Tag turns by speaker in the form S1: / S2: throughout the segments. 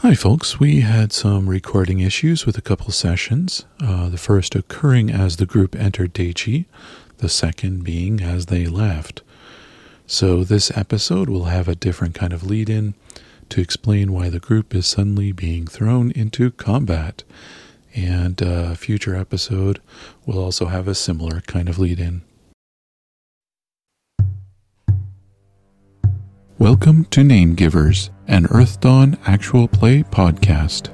S1: Hi, folks. We had some recording issues with a couple sessions. Uh, the first occurring as the group entered Daichi, the second being as they left. So, this episode will have a different kind of lead in to explain why the group is suddenly being thrown into combat. And uh, a future episode will also have a similar kind of lead in. Welcome to Name Givers, an Earth Dawn actual play podcast.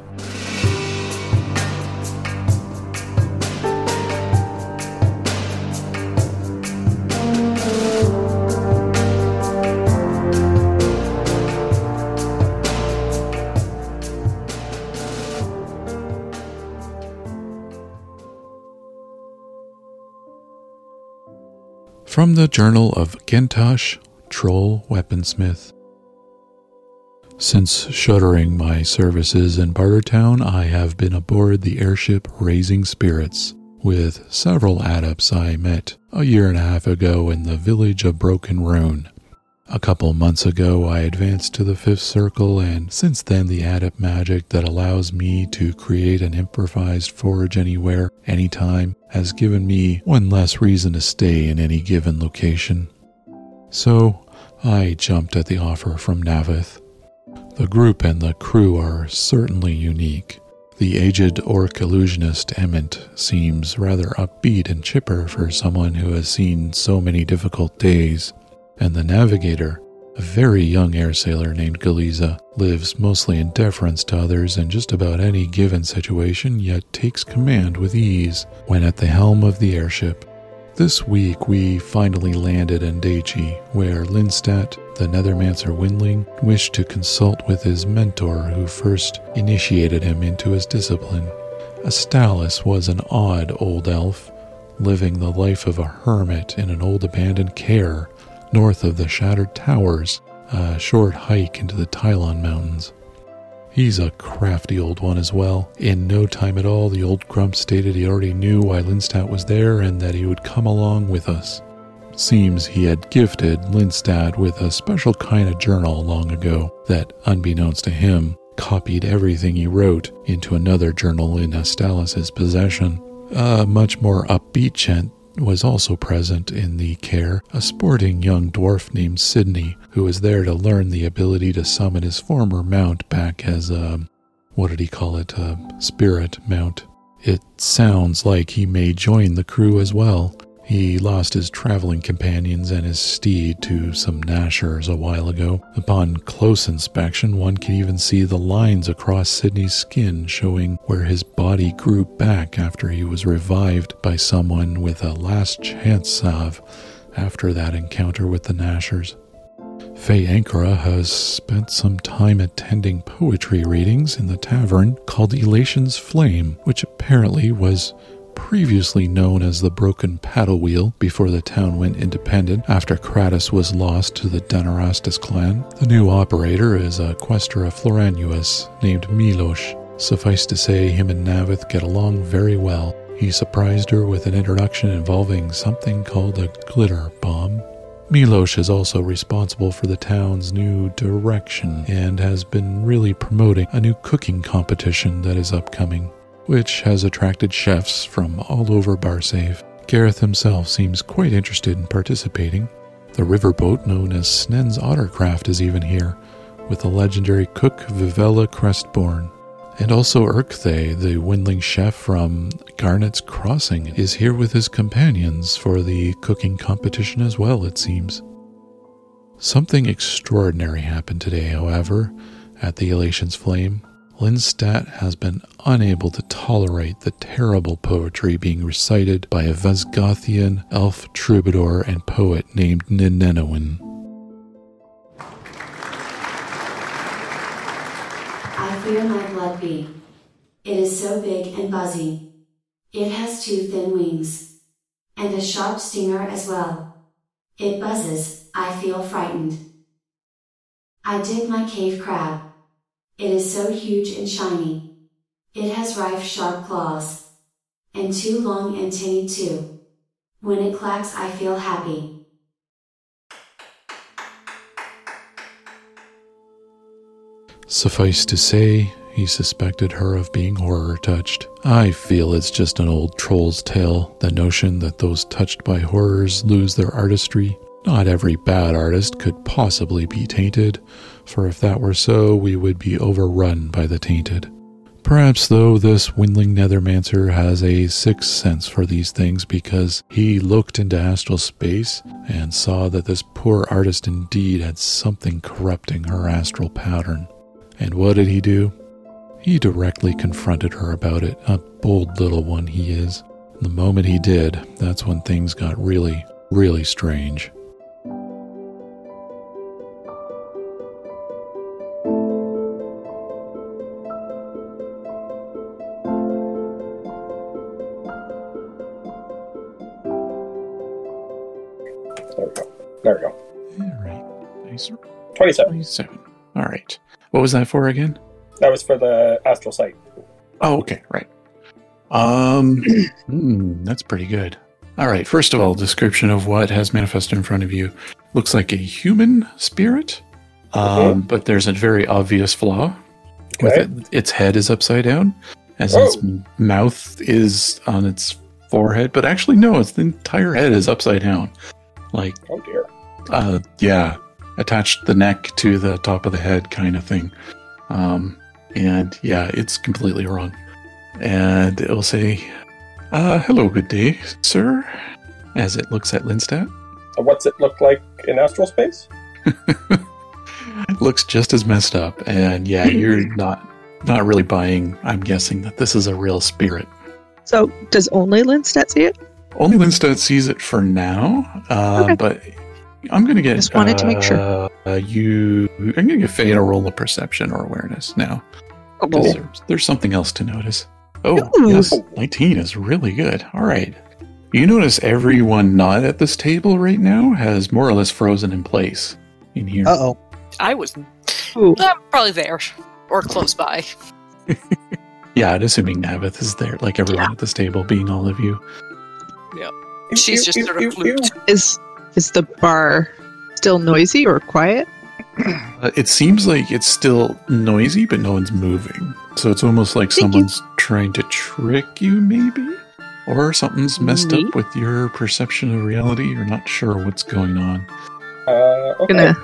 S1: From the Journal of Gentosh, Troll Weaponsmith. Since shuttering my services in Bartertown, I have been aboard the airship Raising Spirits with several adepts I met a year and a half ago in the village of Broken Rune. A couple months ago, I advanced to the fifth circle, and since then, the adept magic that allows me to create an improvised forge anywhere, anytime, has given me one less reason to stay in any given location. So, I jumped at the offer from Navith. The group and the crew are certainly unique. The aged orc illusionist Emmett seems rather upbeat and chipper for someone who has seen so many difficult days, and the navigator, a very young air sailor named Galiza, lives mostly in deference to others in just about any given situation, yet takes command with ease when at the helm of the airship. This week, we finally landed in Daichi, where Lindstat, the Nethermancer Windling, wished to consult with his mentor who first initiated him into his discipline. Astalis was an odd old elf, living the life of a hermit in an old abandoned care north of the Shattered Towers, a short hike into the Tylon Mountains. He's a crafty old one as well. In no time at all, the old grump stated he already knew why Lindstadt was there and that he would come along with us. Seems he had gifted Lindstadt with a special kind of journal long ago that, unbeknownst to him, copied everything he wrote into another journal in Astalis's possession. A Uh, much more upbeat chant was also present in the care, a sporting young dwarf named Sidney, who was there to learn the ability to summon his former mount back as a, what did he call it, a spirit mount. It sounds like he may join the crew as well. He lost his traveling companions and his steed to some gnashers a while ago. Upon close inspection, one can even see the lines across Sidney's skin showing where his body grew back after he was revived by someone with a last chance salve after that encounter with the gnashers. Faye Ankara has spent some time attending poetry readings in the tavern called Elation's Flame, which apparently was previously known as the Broken Paddle Wheel before the town went independent after Kratos was lost to the Denarastus clan. The new operator is a quester of Floranuus named Milos. Suffice to say, him and Navith get along very well. He surprised her with an introduction involving something called a glitter bomb. Milos is also responsible for the town's new direction and has been really promoting a new cooking competition that is upcoming which has attracted chefs from all over Barsave. Gareth himself seems quite interested in participating. The riverboat known as Snen's Ottercraft is even here, with the legendary cook Vivella Crestborn. And also Urkthay, the windling chef from Garnet's Crossing, is here with his companions for the cooking competition as well, it seems. Something extraordinary happened today, however, at the Elation's Flame. Lindstadt has been unable to tolerate the terrible poetry being recited by a Vesgothian elf troubadour and poet named Ninenowin.
S2: I fear my blood bee. It is so big and buzzy. It has two thin wings. And a sharp stinger as well. It buzzes, I feel frightened. I dig my cave crab. It is so huge and shiny. It has rife sharp claws. And two long antennae too. When it clacks I feel happy.
S1: Suffice to say, he suspected her of being horror touched. I feel it's just an old troll's tale, the notion that those touched by horrors lose their artistry. Not every bad artist could possibly be tainted, for if that were so, we would be overrun by the tainted. Perhaps, though, this Windling Nethermancer has a sixth sense for these things because he looked into astral space and saw that this poor artist indeed had something corrupting her astral pattern. And what did he do? He directly confronted her about it, a bold little one he is. The moment he did, that's when things got really, really strange.
S3: There we go. There we go.
S1: All right. Nice.
S3: 27.
S1: 27. All right. What was that for again?
S3: That was for the astral sight.
S1: Oh, okay, right. Um, hmm, that's pretty good. All right. First of all, description of what has manifested in front of you looks like a human spirit, um, but there's a very obvious flaw. With
S3: Okay.
S1: it, its head is upside down, as
S3: Oh.
S1: its m- mouth is on its forehead. But actually, no, its entire head is upside down. Like,
S3: Oh dear.
S1: uh, yeah, attached the neck to the top of the head kind of thing. Um, and yeah, it's completely wrong. And it'll say, uh, hello, good day, sir, as it looks at Linstat.
S3: So Uh, what's it look like in astral space?
S1: It looks just as messed up. And yeah, you're not not really buying, I'm guessing, that this is a real spirit.
S4: So does only Linstat see it?
S1: Only Linstat sees it for now, uh,
S4: Okay.
S1: but I'm going to get.
S4: Just wanted to make sure.
S1: uh, Uh, you, I'm going to give Faye a roll of perception or awareness now.
S4: Oh,
S1: Because There's, there's something else to notice. Oh,
S4: Ooh.
S1: yes, 19 is really good. All right. You notice everyone not at this table right now has more or less frozen in place in here.
S5: Uh oh.
S6: I was
S4: Ooh.
S6: i probably there or close by.
S1: Yeah, I'd assuming Navith is there, like everyone at this table being all of you.
S6: She's just sort of
S3: ew.
S6: looped.
S4: Is is the bar still noisy or quiet?
S1: Uh, it seems like it's still noisy, but no one's moving. So it's almost like
S4: Thank you.
S1: someone's trying to trick you, maybe? Or something's messed
S4: Me?
S1: up with your perception of reality. You're not sure what's going on.
S3: Uh, okay.
S4: Gonna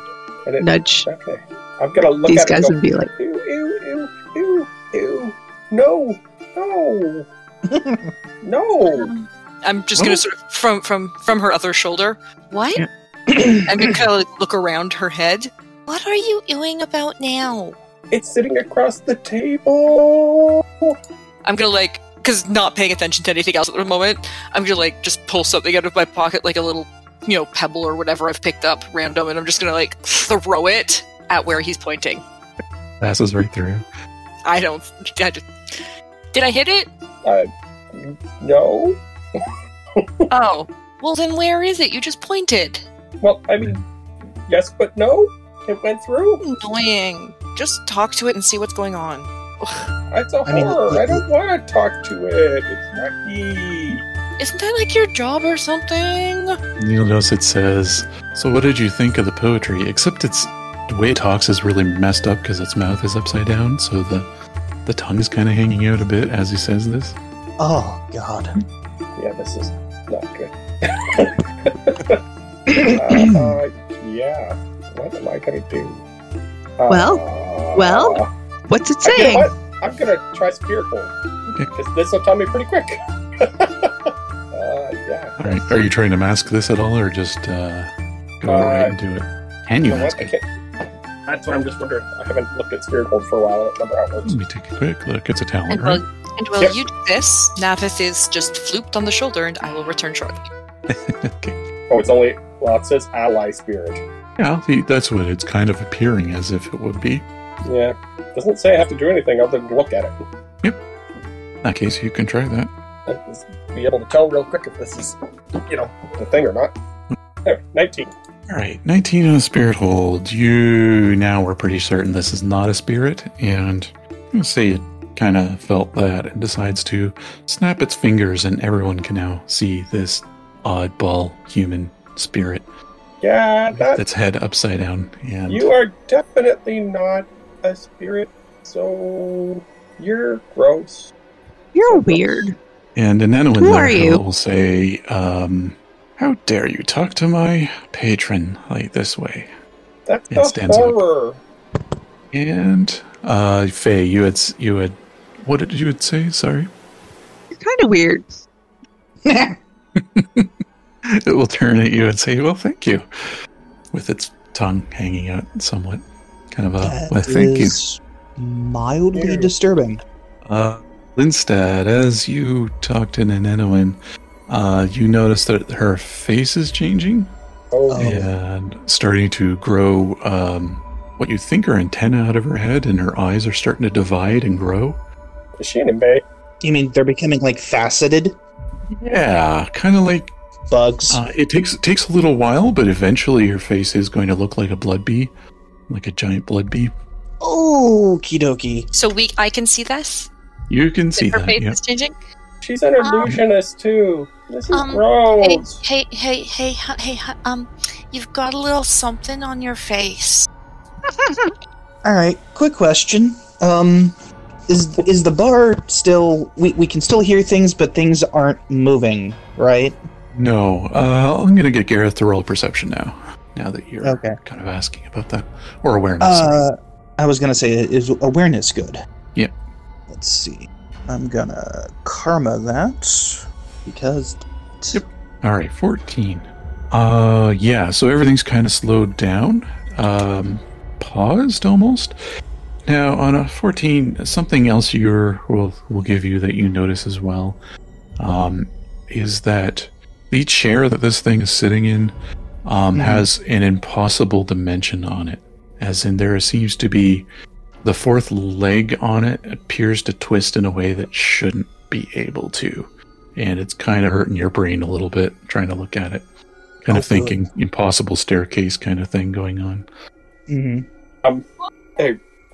S3: I didn't-
S4: Nudge
S3: okay. I'm gonna look
S4: these
S3: at
S4: guys
S3: it
S4: and
S3: and go,
S4: be like,
S3: ew, ew, ew, ew, ew. No, no, no.
S6: I'm just gonna sort of from from from her other shoulder. What?
S4: Yeah.
S6: I'm gonna kind of like look around her head.
S7: What are you ewing about now?
S3: It's sitting across the table.
S6: I'm gonna like because not paying attention to anything else at the moment. I'm gonna like just pull something out of my pocket, like a little you know pebble or whatever I've picked up random, and I'm just gonna like throw it at where he's pointing.
S1: Passes right through.
S6: I don't. I just- did I hit it?
S3: No.
S6: Oh,
S7: Well, then where is it? You just pointed.
S3: Well, I mean, yes, but no. It went through.
S6: annoying. Just talk to it and see what's going on.
S3: It's a
S5: I mean,
S3: horror.
S5: the-
S3: I don't want to talk to it. It's yucky.
S7: Isn't that like your job or something?
S1: You'll notice it says, So what did you think of the poetry? Except it's the way it talks is really messed up because its mouth is upside down, so the the tongue is kind of hanging out a bit as he says this.
S5: Oh god.
S3: Yeah, this is not good. uh, uh, yeah. What am I gonna do? Uh,
S4: Well, well, "What's it
S3: I- you know
S4: saying?"
S3: what? I'm gonna try Spearful.
S1: Okay.
S3: Because this will tell me pretty quick. uh, yeah.
S1: All right, are you trying to mask this at all, or just uh, go right
S3: Uh,
S1: into it? Can you
S3: You know
S1: mask
S3: what? I
S1: it?
S3: can't- That's what I'm just wondering. I haven't looked at Spearful for a while. I don't remember how it works.
S1: Let me take a quick look. It's a talent,
S6: And
S1: right?
S6: while, and while
S3: Yep.
S6: you do this, Navith is just flooped on the shoulder, and I will return shortly.
S3: Oh, it's only. Well, it says ally spirit.
S1: Yeah, see, that's what it's kind of appearing as if it would be.
S3: Yeah. Doesn't say I have to do anything other than look at it.
S1: In that case, you can try that.
S3: I'll Uh, just be able to tell real quick if this is, you know, the thing or not. There, 19.
S1: All right, 19 on a spirit hold. You now are pretty certain this is not a spirit, and let's say it kind of felt that and decides to snap its fingers, and everyone can now see this oddball human spirit
S3: Yeah,
S1: with
S3: that,
S1: its head upside down. And
S3: you are definitely not a spirit So you're gross.
S4: You're weird.
S1: And an animal in
S4: Who
S1: there
S4: are you?
S1: will say, um, How dare you talk to my patron like this way?
S3: That's
S1: Yeah, it
S3: a
S1: stands out.
S3: horror.
S1: And uh, Faye, you had s- you had what did you would say? Sorry,
S4: You're kind of weird.
S1: it will turn at you and say, "Well, thank you," with its tongue hanging out somewhat, kind of a
S5: That
S1: well, thank you.
S5: is mildly
S3: Ew.
S5: disturbing.
S1: Uh, Lindstad, as you talk to Nanenowin, uh, you notice that her face is changing
S3: Oh,
S5: Oh.
S1: and starting to grow um, what you think are antennae out of her head, and her eyes are starting to divide and grow.
S3: is she an inmate?
S5: You mean they're becoming like faceted
S1: Yeah, kind of like
S5: bugs?
S1: Uh, it takes it takes a little while, but eventually your face is going to look like a blood bee, like a giant blood bee.
S5: Okie dokie.
S7: So we, I can see this.
S1: You can see
S7: Her
S1: that.
S7: face
S1: Yeah.
S7: is changing.
S3: She's an
S7: Um,
S3: illusionist too. This is
S7: um, Hey,
S3: gross.
S7: hey, hey, hey, hu- hey, hu- um, you've got a little something on your face.
S5: All right. Quick question. Um, is is the bar still? We we can still hear things, but things aren't moving, right?
S1: No, uh, I'm going to get Gareth to roll perception now. Now that you're
S5: Okay.
S1: kind of asking about that or awareness.
S5: Uh, I was gonna say is awareness good?
S1: Yeah.
S5: Let's see. I'm gonna karma that because
S1: All right, 14. Uh, yeah, so everything's kind of slowed down, um, paused almost. Now, on a 14, something else you will will give you that you notice as well um, is that the chair that this thing is sitting in um,
S5: Mhm.
S1: has an impossible dimension on it. As in, there seems to be the fourth leg on it appears to twist in a way that shouldn't be able to and it's kind of hurting your brain a little bit trying to look at it. Kind of
S5: I'll do it.
S1: thinking impossible staircase kind of thing going on.
S5: hmm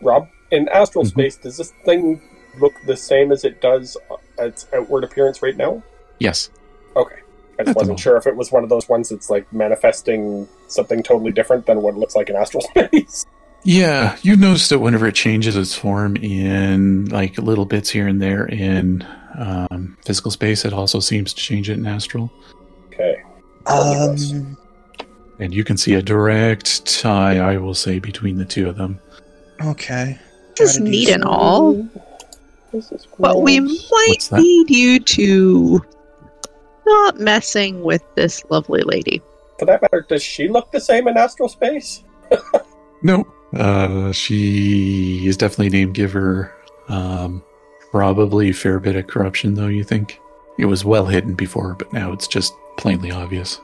S3: Rob, in astral
S1: Mhm.
S3: space, does this thing look the same as it does at its outward appearance right now?
S1: Yes.
S3: I
S1: At the
S3: just wasn't
S1: moment.
S3: sure if it was one of those ones that's like manifesting something totally different than what it looks like in astral space.
S1: Yeah, you've noticed that whenever it changes its form in like little bits here and there in um, physical space, it also seems to change it in astral.
S3: Okay.
S5: Um,
S1: And you can see a direct tie, I will say, between the two of them.
S5: okay.
S4: Just
S5: Try to do
S4: neat and all.
S3: This is
S4: But we
S3: gross.
S4: might
S1: What's that?
S4: need you to not messing with this lovely lady.
S3: For that matter, does she look the same in astral space?
S1: No. Uh, she is definitely a name giver. Um, probably a fair bit of corruption, though, you think? It was well hidden before, but now it's just plainly obvious.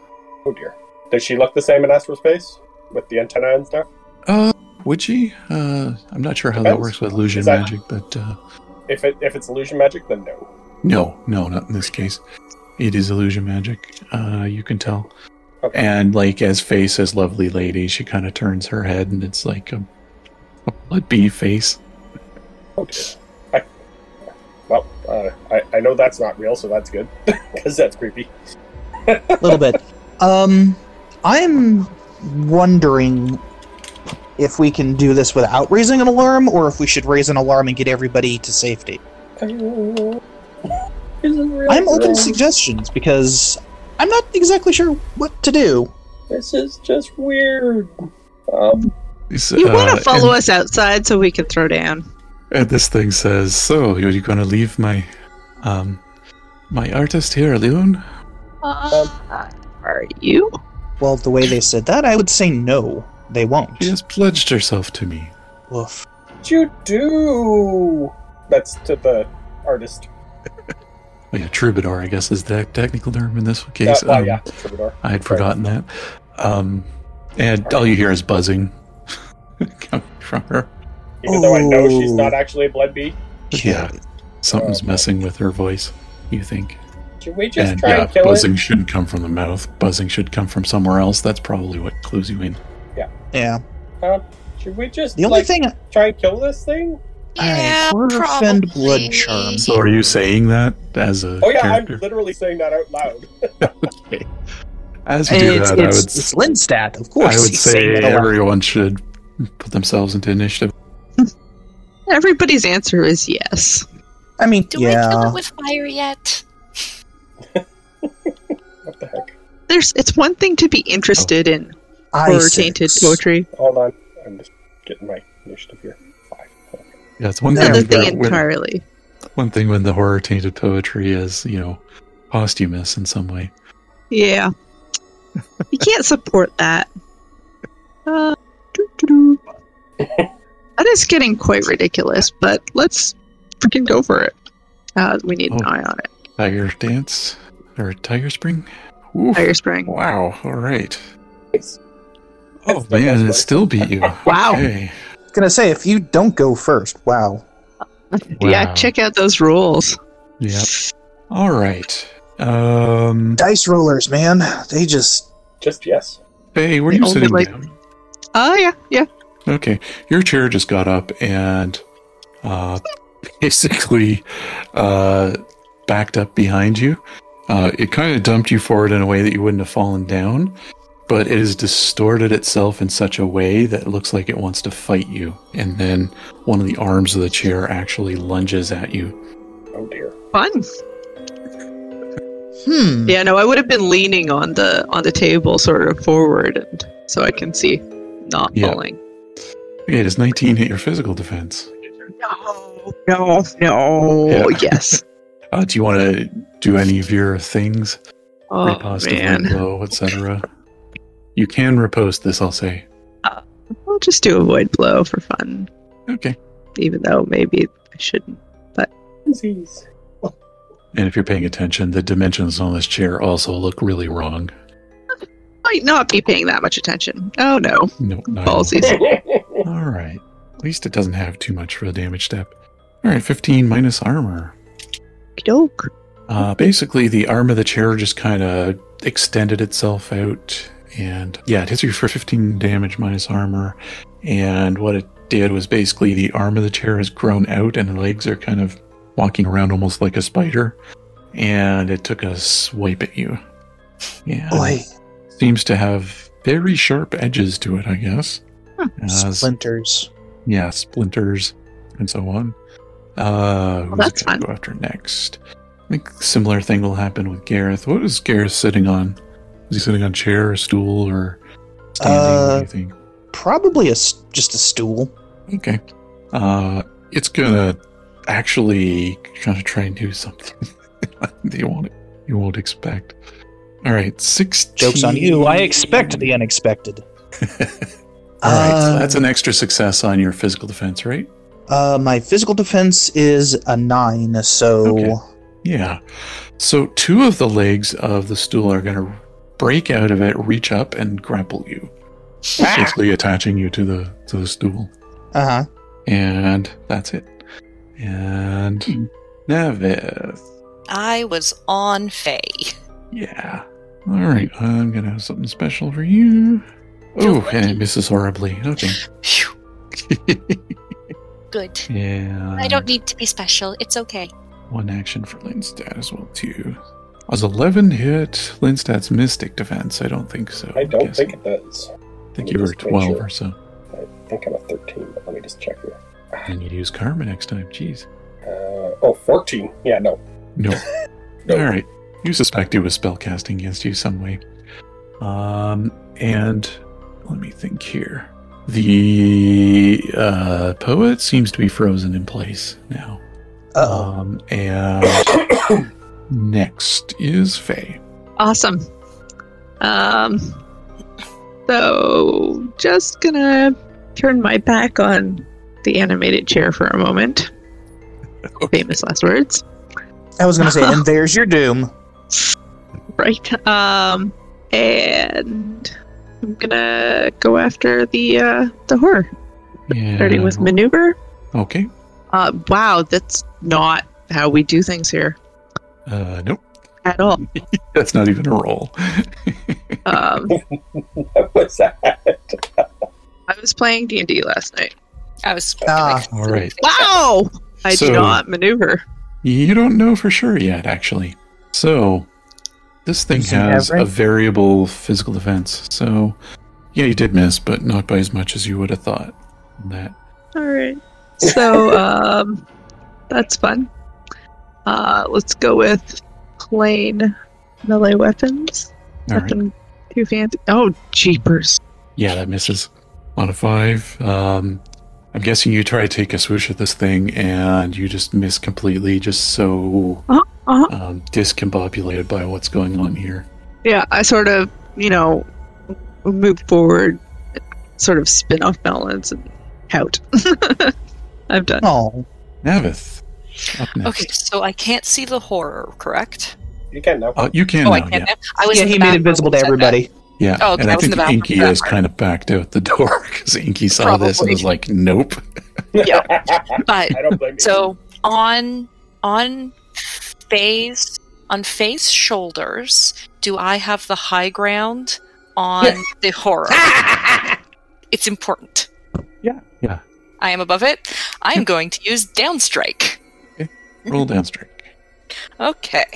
S3: Oh dear. Does she look the same in astral space with the antenna and stuff?
S1: Uh, would she? Uh, I'm not sure how that
S3: Depends.
S1: works with illusion
S3: Is that-
S1: magic, but uh,
S3: If it if it's illusion magic, then no.
S1: no, no, not in this case. It is illusion magic. Uh, you can tell.
S3: Okay.
S1: And like as Faye says, "Lovely lady," she kind of turns her head, and it's like a, a blood bee face.
S3: Oh dear. I, well, uh, I I know that's not real, so that's good because that's creepy.
S5: A little bit. Um, I'm wondering if we can do this without raising an alarm, or if we should raise an alarm and get everybody to safety. I'm open to suggestions because I'm not exactly sure what to do.
S3: This is just weird. Um,
S1: It's,
S4: You want
S1: uh,
S4: to follow us outside so we can throw down.
S1: And this thing says, "So you're going to leave my, um, my artist here alone?" Uh-uh.
S4: Uh, are you?
S5: Well, the way they said that, I would say no, they won't.
S1: She has pledged herself to me.
S5: Woof.
S3: what you do? That's to the artist.
S1: Oh yeah, troubadour, I guess, is the technical term in this
S3: Uh,
S1: case.
S3: well,
S1: Um,
S3: yeah, troubadour.
S1: I had forgotten that. Um, and all you hear is buzzing coming from her.
S3: Even though I know she's
S5: Oh.
S3: not actually a blood bee,
S1: Yeah, something's
S3: Oh.
S1: messing with her voice. You think?
S3: should we just
S1: and
S3: try
S1: yeah,
S3: and kill
S1: buzzing
S3: it?
S1: shouldn't come from the mouth. Buzzing should come from somewhere else. That's probably what clues you in.
S5: Yeah.
S3: Should we just
S5: The only
S3: like,
S5: thing.
S3: try and kill this thing?
S5: Alright, we're offend blood charm.
S1: So, are you saying that as a
S3: Oh yeah,
S1: character?
S3: I'm literally saying that out loud.
S1: As you do
S5: It's,
S1: that, I would
S5: it's, it's Lindstat, of course.
S1: I would
S5: he's
S1: say
S5: saying that a lot.
S1: everyone should put themselves into initiative.
S4: Everybody's answer is yes.
S5: I mean,
S7: Do
S5: yeah.
S7: I kill it with fire yet?
S3: What the heck?
S4: There's it's one thing to be interested in
S5: I
S4: horror
S5: six.
S4: tainted poetry.
S3: Hold on. I'm just getting my initiative here. Five. Okay.
S1: Yeah, it's one
S5: There
S1: thing.
S4: Another
S5: we go.
S4: thing
S1: that when-
S4: entirely.
S1: one thing when the horror tainted poetry is, you know, posthumous in some way.
S4: Yeah. you can't support that. Uh, doo-doo-doo. that is getting quite ridiculous, but let's freaking go for it. Uh, we need an
S1: Oh.
S4: eye on it.
S1: Tiger dance or tiger spring? Oof.
S4: Fire spring.
S1: Wow. All right.
S3: Nice.
S1: Oh
S3: That's the best
S1: man,
S3: one.
S1: it still beat you.
S4: Wow.
S1: Okay.
S5: Gonna say if you don't go first, wow.
S1: Wow.
S4: Yeah, check out those rules.
S1: Yep. All right. Um.
S5: Dice rollers, man. They just
S3: Just yes.
S1: Hey, where are
S4: They
S1: you
S4: all
S1: sitting
S4: did, like-
S1: down?
S4: Oh yeah, yeah.
S1: Okay, your chair just got up and uh, basically uh, backed up behind you. Uh, it kind of dumped you forward in a way that you wouldn't have fallen down, but it has distorted itself in such a way that it looks like it wants to fight you. And then one of the arms of the chair actually lunges at you.
S3: Oh dear.
S4: Fun.
S5: hmm.
S4: Yeah, no, I would have been leaning on the on the table sort of forward and so I can see not
S1: Yeah.
S4: falling.
S1: Okay, does 19 hit your physical defense?
S4: No, no, no.
S1: Yeah.
S4: Yes.
S1: Uh, do you want to do any of your things?
S4: Oh
S1: riposte, wind
S4: man.
S1: blow, etc. You can repost this, I'll say.
S4: I'll just do a void blow for fun,
S1: Okay.
S4: even though maybe I shouldn't.
S3: Disease.
S1: And if you're paying attention, the dimensions on this chair also look really wrong.
S4: Might not be paying that much attention. Oh no,
S1: No, not at all.
S4: ballsies.
S1: All right. At least it doesn't have too much for the damage step. All right, 15 minus armor.
S4: Doke.
S1: Uh, basically, the arm of the chair just kind of extended itself out, and yeah, it hits you for 15 damage minus armor. And what it did was basically the arm of the chair has grown out, and the legs are kind of walking around almost like a spider. And it took a swipe at you. Yeah,
S5: Boy,
S1: seems to have very sharp edges to it, I guess. Uh,
S5: splinters.
S1: yeah, splinters and so on. Uh, who's
S4: that's
S1: gonna
S4: fun.
S1: go after next? I think a similar thing will happen with Gareth. What is Gareth sitting on? Is he sitting on a chair or stool or standing? what do
S5: Uh,
S1: you think?
S5: Probably a s- just a stool.
S1: Okay. Uh, it's gonna actually kind of try and do something that you won't you won't expect. All right, six
S5: Jokes on you. I expect the unexpected.
S1: All right, so
S5: Uh,
S1: that's an extra success on your physical defense, right?
S5: Uh, my physical defense is a nine, so
S1: Okay. Yeah. So two of the legs of the stool are going to break out of it, reach up, and grapple you,
S7: Ah!
S1: basically attaching you to the to the stool.
S5: uh huh.
S1: And that's it. And
S7: Hmm.
S1: Nevith.
S7: I was on Faye.
S1: Yeah. All right. I'm going to have something special for you. Oh, and it misses horribly. Okay.
S7: Phew, good.
S1: yeah.
S7: I don't need to be special. It's okay.
S1: One action for Lindstat as well, too. Was 11 hit Lindstat's Mystic defense? I don't think so.
S3: I
S1: I'm
S3: don't
S1: guessing.
S3: think it does.
S1: I think
S3: Let
S1: you
S3: me
S1: were
S3: just make
S1: 12
S3: sure.
S1: or so.
S3: I think I'm a 13, but let me just check here.
S1: I need to use karma next time. Jeez.
S3: Uh, oh, 14. Yeah, no.
S1: No.
S3: No.
S1: All right. You suspect it was spellcasting against you some way. Um, and let me think here. The uh, poet seems to be frozen in place now.
S5: Uh
S1: Um, and next is Faye.
S4: Awesome. Um, so just gonna turn my back on the animated chair for a moment. Famous last words,
S5: oh. I was gonna say, and there's your doom.
S4: right? Um, and I'm gonna go after the uh, the horror,
S1: Yeah.
S4: starting with maneuver.
S1: Okay.
S4: Uh, wow, that's not how we do things here
S1: Uh, nope.
S4: at all.
S1: That's not even a roll.
S4: Um,
S3: What was that?
S4: I was playing D and D last night.
S7: I was.
S5: Ah,
S1: All right.
S4: Wow, I
S1: So-
S4: do not maneuver.
S1: You don't know for sure yet, actually. So, this thing
S5: Is it
S1: has a
S5: average?
S1: variable physical defense. So, yeah, you did miss, but not by as much as you would have thought. That
S4: All right. So um, that's fun. Uh, let's go with plain melee weapons.
S1: All right.
S4: Nothing too fancy. Oh, jeepers.
S1: Yeah, that misses on a five. Um, I'm guessing you try to take a swoosh at this thing and you just miss completely, just so
S4: Uh-huh, uh-huh.
S1: um, discombobulated by what's going on here.
S4: Yeah, I sort of, you know, move forward, sort of spin off balance and pout. I'm done.
S5: Oh,
S1: Navith, up next.
S6: Okay, so I can't see the horror, correct?
S3: You can now.
S1: Uh, you can
S6: oh,
S1: now,
S6: I can.
S1: yeah.
S6: now? I was
S5: yeah,
S6: in
S5: he
S6: the
S5: made
S6: bathroom
S5: invisible to
S6: when you said that.
S5: everybody.
S1: Yeah,
S6: Oh, okay,
S1: and
S6: I
S1: I
S6: was
S1: think
S6: in the bathroom
S1: Inky
S6: for that
S1: is
S6: part.
S1: kind of backed out the door because Inky saw this and was like, "Nope."
S6: yeah. But
S3: I don't blame you.
S6: Oh, so on on face on face shoulders, do I have the high ground on the horror?
S4: Ah!
S6: it's important.
S1: Yeah, yeah.
S6: I am above it. I am going to use downstrike.
S1: Roll down strike.
S6: Okay.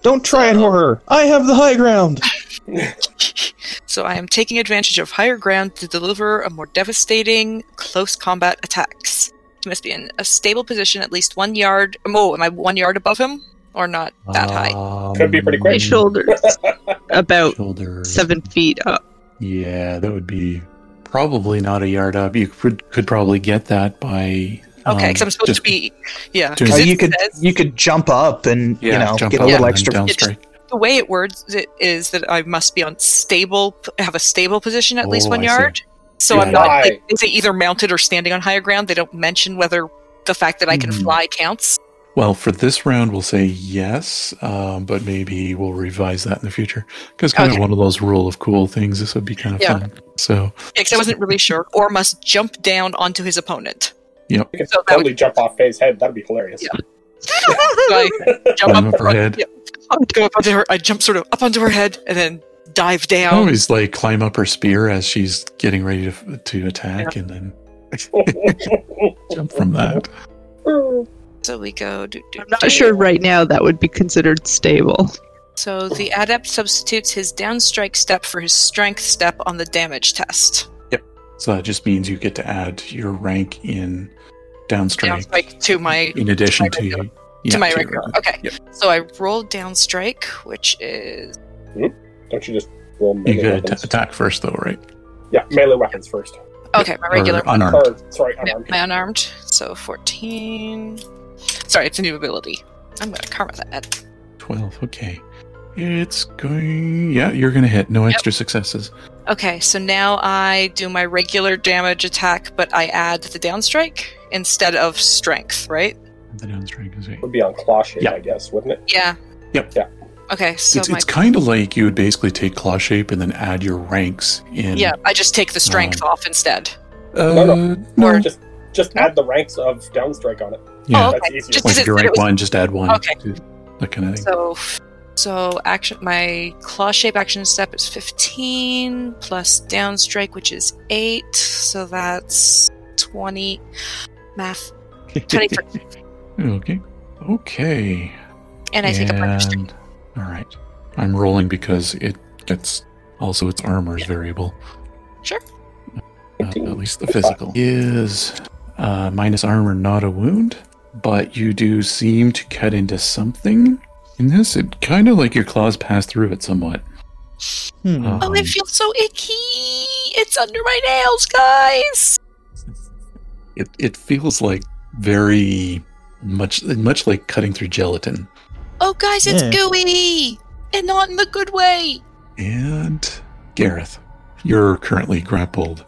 S5: don't try and horror. I have the high ground.
S6: So I am taking advantage of higher ground to deliver a more devastating close combat attacks. He must be in a stable position at least one yard. Oh, am I one yard above him or not that high?
S1: Um,
S3: Could be pretty
S4: My
S3: quick.
S4: shoulders about
S1: Shoulders.
S4: seven feet up.
S1: Yeah, that would be probably not a yard up. You could could probably get that by.
S6: Okay,
S1: um,
S6: because I'm supposed
S1: just
S6: to be. Yeah,
S1: doing-
S5: Uh,
S6: because
S5: you could
S6: says,
S5: you could jump up and
S1: Yeah,
S5: you know
S1: jump
S5: get a
S1: up
S5: little
S1: and
S5: extra.
S1: then down
S6: It's-
S1: strike.
S6: the way it words it is that I must be on stable, have a stable position at least
S1: Oh,
S6: one
S1: I see.
S6: yard. So
S1: Yeah,
S6: I'm not.
S3: yeah.
S6: Like, is it either mounted or standing on higher ground? They don't mention whether the fact that I can
S1: Hmm.
S6: fly counts.
S1: Well, for this round, we'll say yes, um, but maybe we'll revise that in the future because kind
S6: Okay.
S1: of one of those rule of cool things. This would be kind of
S6: Yeah.
S1: fun. So,
S6: Because I wasn't really sure, or must jump down onto his opponent.
S1: yep.
S3: you could
S6: so that would-
S3: totally jump off Faye's head. That'd be hilarious.
S6: Yeah. So I jump
S1: Climb
S6: up,
S1: up her head.
S6: yeah, go up onto her. I jump sort of up onto her head and then dive
S1: I
S6: down.
S1: always like climb up her spear as she's getting ready to to attack, and then jump from that.
S6: So we go. Do, do,
S4: I'm not sure right now that would be considered stable.
S6: So the adept substitutes his downstrike step for his strength step on the damage test.
S1: So that just means you get to add your rank in downstrike
S6: Downstrike to my
S1: in addition
S6: to
S1: to,
S6: my regular-
S1: yeah,
S6: to my
S1: your
S6: regular. Okay.
S1: Yep.
S6: So I roll downstrike, which is
S3: Don't you just roll melee
S1: You could
S3: weapons?
S1: at- attack first, though, right?
S3: yeah, melee weapons first.
S6: okay, my regular.
S1: Or unarmed.
S3: Or, sorry,
S6: Yeah,
S3: unarmed.
S6: my unarmed. So 14. Sorry, it's a new ability. I'm gonna karma that.
S1: 12 okay it's going yeah you're gonna hit no extra successes
S6: Okay, so now I do my regular damage attack, but I add the downstrike instead of strength, right?
S1: the downstrike is eight.
S3: Would be on claw shape,
S1: Yeah.
S3: I guess, wouldn't it?
S6: Yeah.
S1: Yep.
S3: Yeah.
S6: Okay, so
S1: it's,
S6: my
S1: it's kind of like you would basically take claw shape and then add your ranks in
S6: yeah, I just take the strength off instead.
S1: uh,
S3: No,
S1: no,
S6: Or-
S3: Just just add the ranks of downstrike on it.
S1: yeah
S6: Oh,
S3: That's
S6: okay.
S3: easier.
S6: Just
S1: like
S6: because
S1: if
S6: it,
S1: you're
S6: said it
S1: rank
S6: was
S1: one just add one
S6: Okay.
S1: to- that kind of thing
S6: So, so action. My claw shape action step is fifteen plus downstrike, which is eight. So that's twenty. Math twenty three,
S1: okay okay
S6: and I take a breath.
S1: and all right i'm rolling because it gets also its armor's variable
S6: Sure.
S1: Uh, at least the physical is uh, minus armor, not a wound, but you do seem to cut into something. In this, it kind of like your claws pass through it somewhat.
S5: Hmm.
S1: Um,
S6: Oh, it feels so icky. It's under my nails, guys.
S1: it it feels like very much much like cutting through gelatin.
S6: Oh, guys, it's
S5: Yeah.
S6: gooey, and not in the good way.
S1: And Gareth, you're currently grappled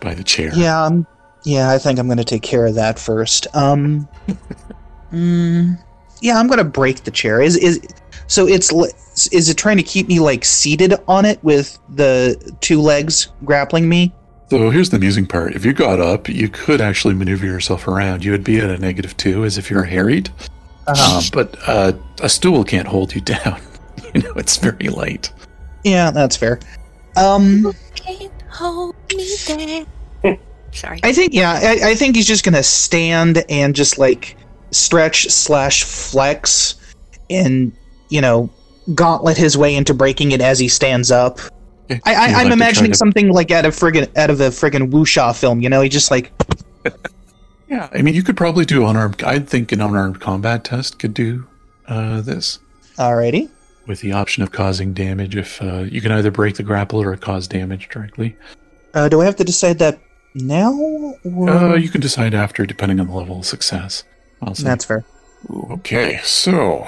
S1: by the chair.
S5: Yeah, um, yeah, I think I'm gonna take care of that first. Um, mm, yeah, I'm gonna break the chair. Is is so? It's li- is it trying to keep me like seated on it with the two legs grappling me?
S1: So here's the amusing part. If you got up, you could actually maneuver yourself around. You would be at a negative two as if you're harried.
S5: Uh-huh.
S1: Uh, but uh, a stool can't hold you down. you know, it's very light.
S5: Yeah, that's fair. Um,
S7: Can't hold me there.
S6: Sorry.
S5: I think yeah, I, I think he's just gonna stand and just like stretch slash flex, and you know, gauntlet his way into breaking it as he stands up.
S1: Okay.
S5: I,
S1: You'd
S5: I,
S1: like
S5: I'm
S1: to try
S5: imagining
S1: to-
S5: something like out of friggin' out of a friggin' wuxia film, you know? He just like
S1: Yeah, I mean, you could probably do unarmed. I think an unarmed combat test could do uh, this
S5: Alrighty.
S1: with the option of causing damage. If uh, you can either break the grapple or cause damage directly,
S5: Uh, do I have to decide that now? Or...
S1: uh, you can decide after, depending on the level of success. Also,
S5: That's fair.
S1: Okay, so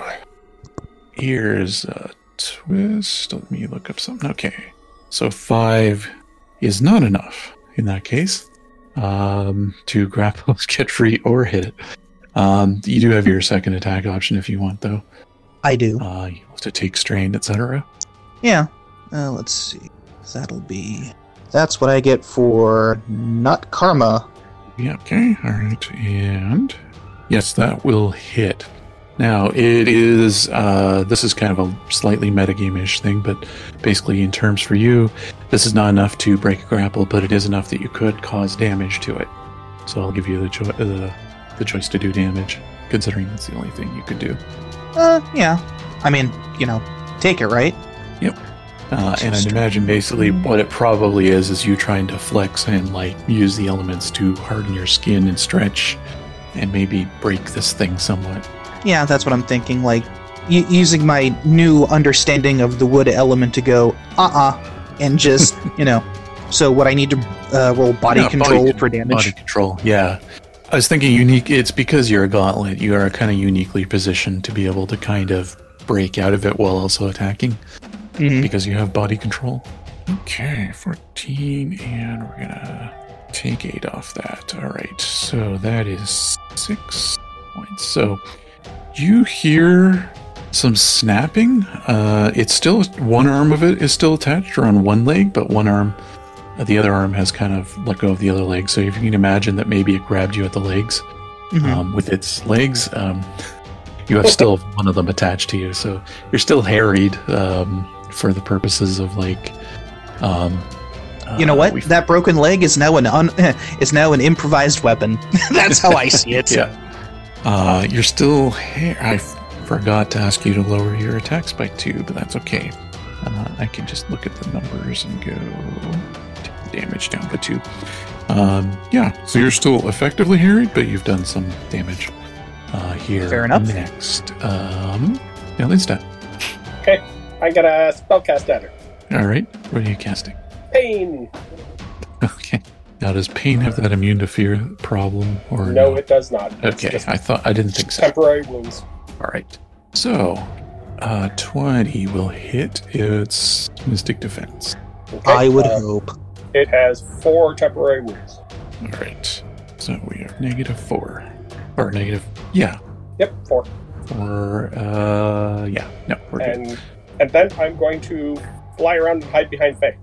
S1: here's a twist. Let me look up something. Okay, so five is not enough in that case um, to grapple, get free, or hit it. Um, you do have your second attack option if you want, though.
S5: I do.
S1: Uh, you have to take strain, etc.
S5: Yeah. Uh, let's see. That'll be. That's what I get for not karma.
S1: Yeah, okay, all right, and yes, that will hit. Now it is. Uh, this is kind of a slightly metagame-ish thing, but basically, in terms for you, this is not enough to break a grapple, but it is enough that you could cause damage to it. So I'll give you the choice. Uh, the choice to do damage, considering that's the only thing you could do.
S5: Uh, yeah. I mean, you know, take it, right?
S1: Uh, and I'd imagine basically what it probably is is you trying to flex and like use the elements to harden your skin and stretch, and maybe break this thing somewhat.
S5: Yeah, that's what I'm thinking. Like, y- using my new understanding of the wood element to go, uh uh and just, you know. So, what I need to uh, roll body
S1: Yeah,
S5: control
S1: body-
S5: for damage.
S1: Body control, yeah. I was thinking unique. It's because you're a gauntlet. You are kind of uniquely positioned to be able to kind of break out of it while also attacking
S5: Mhm.
S1: because you have body control. Mm-hmm. Okay, 14, and we're gonna take 8 off that. All right, so that is 6 points. So you hear some snapping. Uh, it's still one arm of it is still attached or on one leg, but one arm, uh, the other arm has kind of let go of the other leg. So if you can imagine that maybe it grabbed you at the legs
S5: Mhm.
S1: um, with its legs. Um, you have still one of them attached to you, so you're still harried um, for the purposes of like. Um,
S5: You know
S1: uh,
S5: what?
S1: we-
S5: That broken leg is now an un- is now an improvised weapon. That's how I see it.
S1: Yeah. Uh, you're still. ha- I f- forgot to ask you to lower your attacks by two, but that's okay. Uh, I can just look at the numbers and go take the damage down by two. Um, yeah, so you're still effectively harried, but you've done some damage uh, here.
S5: Fair enough.
S1: Next, um, yeah, let's start.
S3: I got a spellcast at her.
S1: All right, what are you casting?
S3: Pain.
S1: Okay. Now, does pain have that immune to fear problem or
S3: No, it does not. It's
S1: Okay,
S3: just
S1: I thought I didn't think so.
S3: temporary wounds.
S1: All right. So, uh, 20 will hit its mystic defense.
S3: Okay?
S5: I would
S3: Uh,
S5: hope.
S3: it has four temporary wounds.
S1: All right. So we are negative four, or negative, yeah,
S3: Yep, four.
S1: or uh, yeah, no, we're good.
S3: And and then I'm going to fly around and hide behind Faye.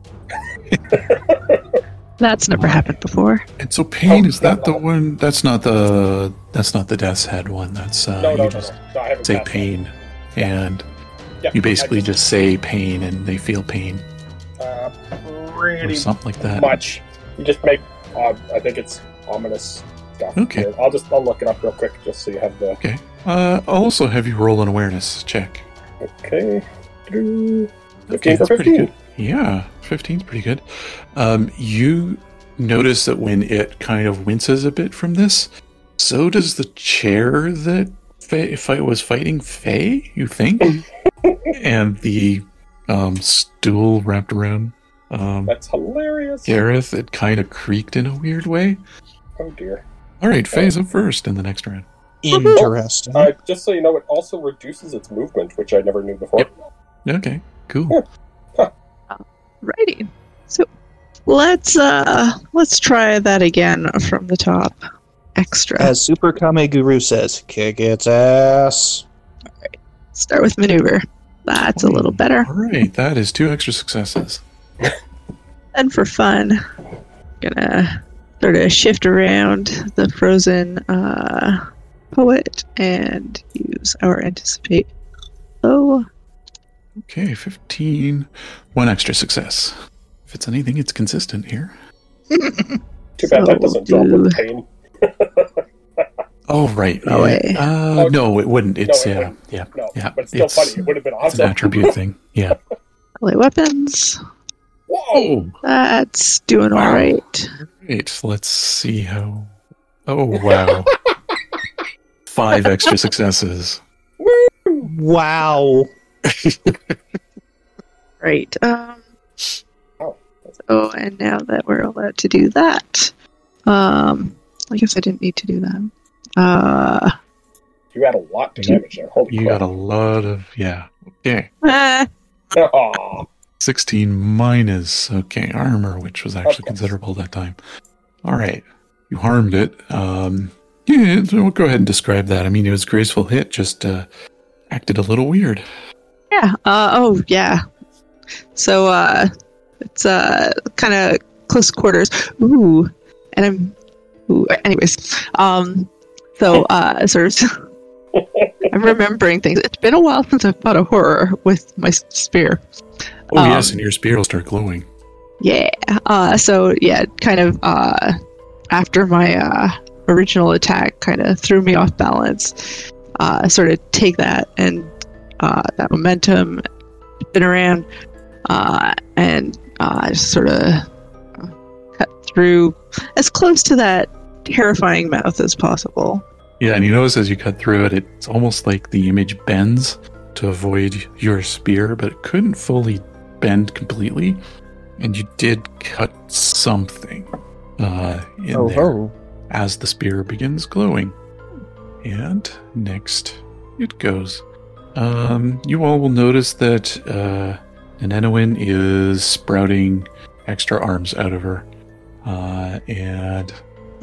S4: That's never happened before.
S1: And so
S3: oh,
S1: pain is that the one? That's not the that's not the death's head one. That's uh,
S3: No,
S1: you
S3: no, no, no.
S1: just
S3: no I haven't
S1: say
S3: cast that.
S1: pain, and
S3: Yeah,
S1: you
S3: I
S1: basically just say pain, and they feel pain
S3: uh,
S1: or
S3: pretty
S1: something like that.
S3: much. You just make. Um, I think it's ominous stuff.
S1: Okay.
S3: Here, I'll just I'll look it up real quick just so you have the.
S1: Uh, I'll also have you roll an awareness check.
S3: Okay. Doo.
S1: Okay,
S3: 15 for
S1: that's pretty
S3: 15.
S1: good. Yeah, 15's pretty good. Um, you notice that when it kind of winces a bit from this, so does the chair that Faye, if I was fighting Faye, you think? and the um, stool wrapped around um,
S3: That's hilarious.
S1: Gareth, it kind of creaked in a weird way.
S3: Oh dear.
S1: All right, Faye's up first in the next round.
S5: Interesting.
S3: Uh, just so you know, it also reduces its movement, which I never knew before.
S1: Yep. Okay, cool.
S4: Righty. So let's uh let's try that again from the top. Extra.
S5: As Super Kame Guru says, kick its ass.
S4: Start with maneuver. That's a little better.
S1: All right, that is two extra successes.
S4: And for fun, gonna sort of shift around the frozen uh, poet and use our anticipate. Oh,
S1: Okay, 15. One extra success. If it's anything, it's consistent here.
S3: Too bad
S4: So
S3: that doesn't drop
S4: do-
S3: with pain.
S1: Oh, right.
S4: Oh,
S1: yeah.
S4: wait.
S1: Uh, no, it wouldn't. It's,
S3: it
S1: yeah,
S3: wouldn't.
S1: yeah.
S3: No,
S1: Yeah,
S3: but it's still
S1: it's-
S3: funny. It would have been
S1: It's an
S3: awesome.
S1: attribute thing. Yeah.
S4: play weapons.
S3: Whoa!
S1: Oh,
S4: That's doing all
S1: Wow.
S4: right.
S1: great. Let's see how Oh, wow. Five extra successes.
S5: Wow.
S4: Right. Um,
S3: Oh.
S4: so, and now that we're allowed to do that, um, I guess I didn't need to do that. Uh,
S3: You had a lot to
S1: You-
S3: damage there. Holy
S1: You
S3: crap.
S1: got a lot of, yeah. Okay.
S4: eh,
S3: Aw.
S1: 16 minus, okay, armor, which was actually
S3: Okay.
S1: considerable that time. All right. You harmed it. Um, yeah, so we'll go ahead and describe that. I mean, it was a graceful hit, just uh, acted a little weird.
S4: yeah. Uh, oh, yeah. So uh, it's uh, kind of close quarters. Ooh, and I'm. Ooh, anyways, um, so uh, sort of, I'm remembering things. It's been a while since I've fought a horror with my s- spear.
S1: Oh,
S4: Um,
S1: yes, and your spear will start glowing.
S4: Yeah. Uh, so yeah, kind of uh, after my uh, original attack, kind of threw me off balance. Uh, sort of take that and uh, that momentum, spin around, uh, and uh, just sort of uh, cut through as close to that terrifying mouth as possible.
S1: Yeah, and you notice as you cut through it, it's almost like the image bends to avoid your spear, but it couldn't fully bend completely. And you did cut something uh, in
S5: oh,
S1: there
S5: ho.
S1: as the spear begins glowing. And next it goes. Um, you all will notice that uh, Nenowin is sprouting extra arms out of her. Uh, and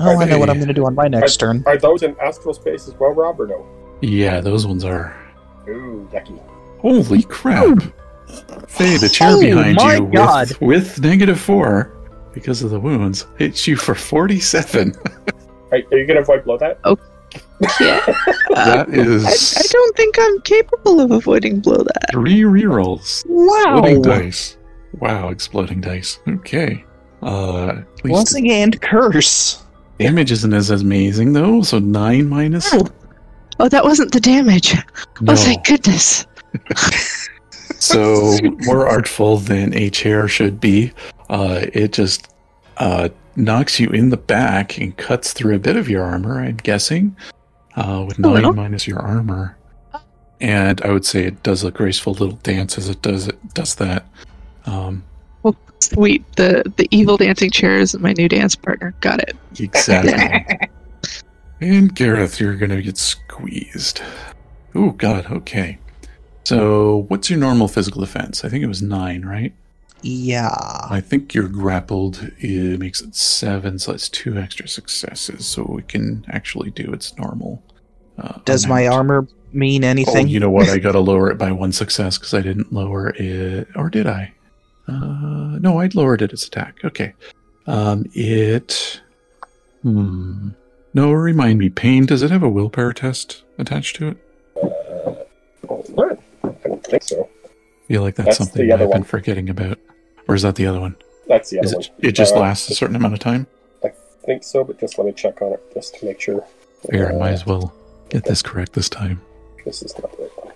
S5: Oh, I know what
S1: Okay.
S5: I'm going to do on my next turn.
S3: Are those in astral space as well, Rob, or no?
S1: yeah, those ones are
S3: Ooh, yucky.
S1: Holy crap! Faye, the chair
S5: Oh
S1: behind
S5: my
S1: you with-
S5: God.
S1: With, negative four because of the wounds hits you for 47.
S3: Are, are you going to avoid blow that?
S4: Yeah. Uh,
S1: that is
S4: I, I don't think I'm capable of avoiding blow that.
S1: three rerolls. Exploding
S5: Wow.
S1: dice. Wow, exploding dice. Okay. Uh, at least the
S5: Blessing and curse.
S1: damage isn't as amazing though, so nine minus.
S4: Oh, oh, that wasn't the damage.
S1: No.
S4: Oh, thank goodness.
S1: so more artful than a chair should be. Uh, it just uh, knocks you in the back and cuts through a bit of your armor, I'm guessing, uh, with
S4: A
S1: nine
S4: little.
S1: minus your armor. And I would say it does a graceful little dance as it does it does that. Um,
S4: Sweet, the the evil dancing chair is my new dance partner. Got it.
S1: exactly. and Gareth, you're gonna get squeezed. Oh God. Okay. So what's your normal physical defense? I think it was nine, right?
S5: Yeah.
S1: I think you're grappled. It makes it seven, so that's two extra successes. So we can actually do its normal. Uh,
S5: Does my
S1: amount.
S5: armor mean
S1: Oh,
S5: anything?
S1: you know what? I gotta lower it by one success because I didn't lower it, or did I? Uh, no, I lowered it its attack. Okay. Um, it. Hmm. No, remind me. Pain. Does it have a willpower test attached to it?
S3: Oh, what? I don't think so.
S1: feel like that's,
S3: That's
S1: something
S3: the
S1: that
S3: other
S1: I've been
S3: one.
S1: forgetting about. Or is that the other one?
S3: That's the other
S1: Is
S3: one.
S1: it? It just
S3: Uh,
S1: lasts a certain amount of time.
S3: I think so, but just let me check on it just to make sure.
S1: Fair.
S3: Uh,
S1: Might as well get this correct this time.
S3: This is not the right one.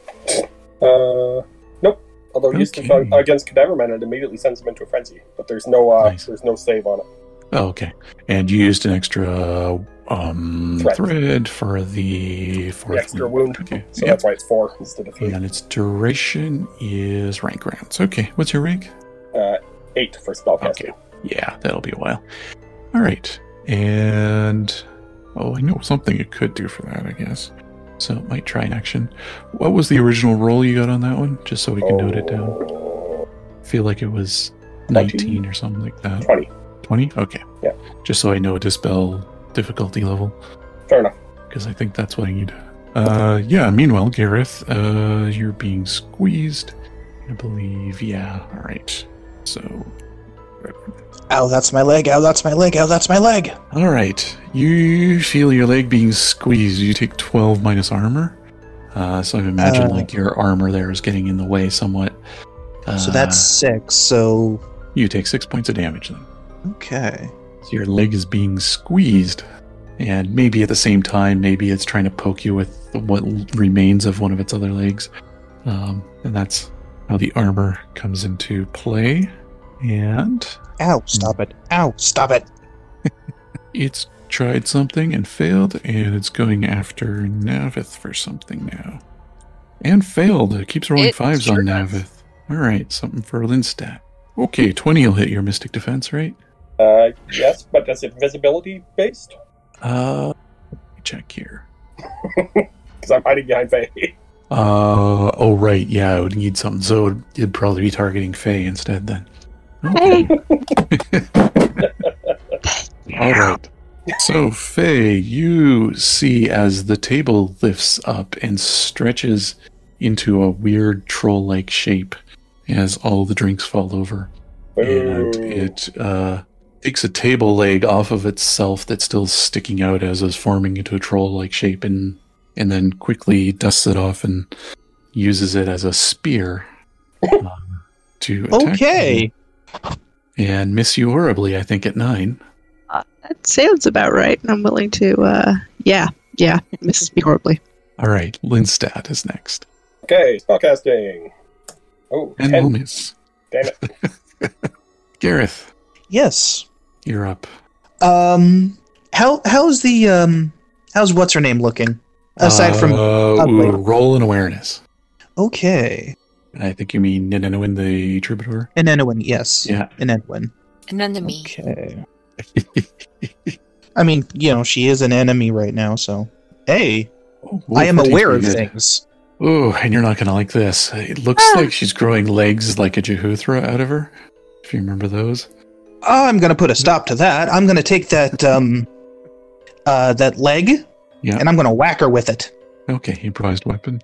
S3: Uh, nope. Although used to
S1: Okay.
S3: fight against Cadaverman, it immediately sends him into a frenzy. But there's no, uh,
S1: Nice.
S3: there's no save on it.
S1: Oh, okay. And you used an extra um,
S3: Thread.
S1: thread. for the fourth
S3: extra wound.
S1: Okay.
S3: So
S1: yep.
S3: that's why it's four instead of three.
S1: And its duration is rank rounds. Okay. What's your rank?
S3: Uh, eight for spellcasting.
S1: Okay. Yeah, that'll be a while. All right. And oh, I know something you could do for that, I guess. So it might try an action. What was the original roll you got on that one? Just so we can note it down.
S3: Oh,
S1: I feel like it was
S3: 19?
S1: 19 or something like that.
S3: Twenty.
S1: 20? Okay.
S3: Yeah.
S1: Just so I know to spell difficulty level.
S3: Fair enough.
S1: because I think that's what I need. Uh, yeah. Meanwhile, Gareth, uh, you're being squeezed. I believe. Yeah. All right. So,
S5: Ow, Oh, that's my leg. Ow, that's my leg. Ow, that's my leg.
S1: all right. You feel your leg being squeezed. You take twelve minus armor. Uh, so I imagine
S5: Uh.
S1: like your armor there is getting in the way somewhat. Uh,
S5: So that's six. So
S1: you take six points of damage then.
S5: okay.
S1: So your leg is being squeezed, and maybe at the same time, maybe it's trying to poke you with what remains of one of its other legs. Um, and that's how the armor comes into play. And Mm.
S5: Ow, stop it. Ow, stop it.
S1: its tried something and failed, and it's going after Navith for something now. And failed. It keeps rolling
S6: It
S1: fives
S6: sure
S1: on
S6: does.
S1: Navith. All right, something for Linstat. Okay, 20 will hit your Mystic Defense, right?
S3: Uh, yes, but that's invisibility based
S1: Uh, let me check here.
S3: because I'm hiding behind Faye.
S1: Uh, oh, right. Yeah, I would need something. So it'd, it'd probably be targeting Faye instead then. Okay. All right. So, Faye, you see as the table lifts up and stretches into a weird troll like shape as all the drinks fall over. And
S3: Boo.
S1: it uh, takes a table leg off of itself that's still sticking out as is forming into a troll like shape and, and then quickly dusts it off and uses it as a spear um, to attack. you
S5: Okay.
S1: and miss you horribly, I think, at nine.
S4: That sounds about right, and I'm willing to. uh Yeah, yeah, misses me horribly.
S1: All right, Linstat is next.
S3: Okay, spellcasting. Oh,
S1: And
S3: 10.
S1: we'll miss.
S3: Damn it.
S1: Gareth,
S5: Yes.
S1: you're up.
S5: Um. How how's the um how's what's her name looking? Aside from
S1: Uh,
S5: Utley.
S1: ooh, roll an awareness.
S5: okay,
S1: And I think you mean Ninano in the Troubadour?
S5: an Enwin, E, yes,
S1: Yeah.
S5: an Enwin.
S7: And then to me.
S5: E. Okay. I mean, you know, she is an enemy right now, so hey,
S1: Oh,
S5: I am
S1: Wolf
S5: aware of
S1: takes it.
S5: things.
S1: Ooh, and you're not going to like this. It looks
S5: Ah.
S1: like she's growing legs like a Jehuthra out of her, if you remember those.
S5: Ah, I'm gonna put a stop to that. I'm gonna take that um, uh, that leg,
S1: Yeah.
S5: and I'm gonna whack her with it.
S1: Okay, improvised weapon.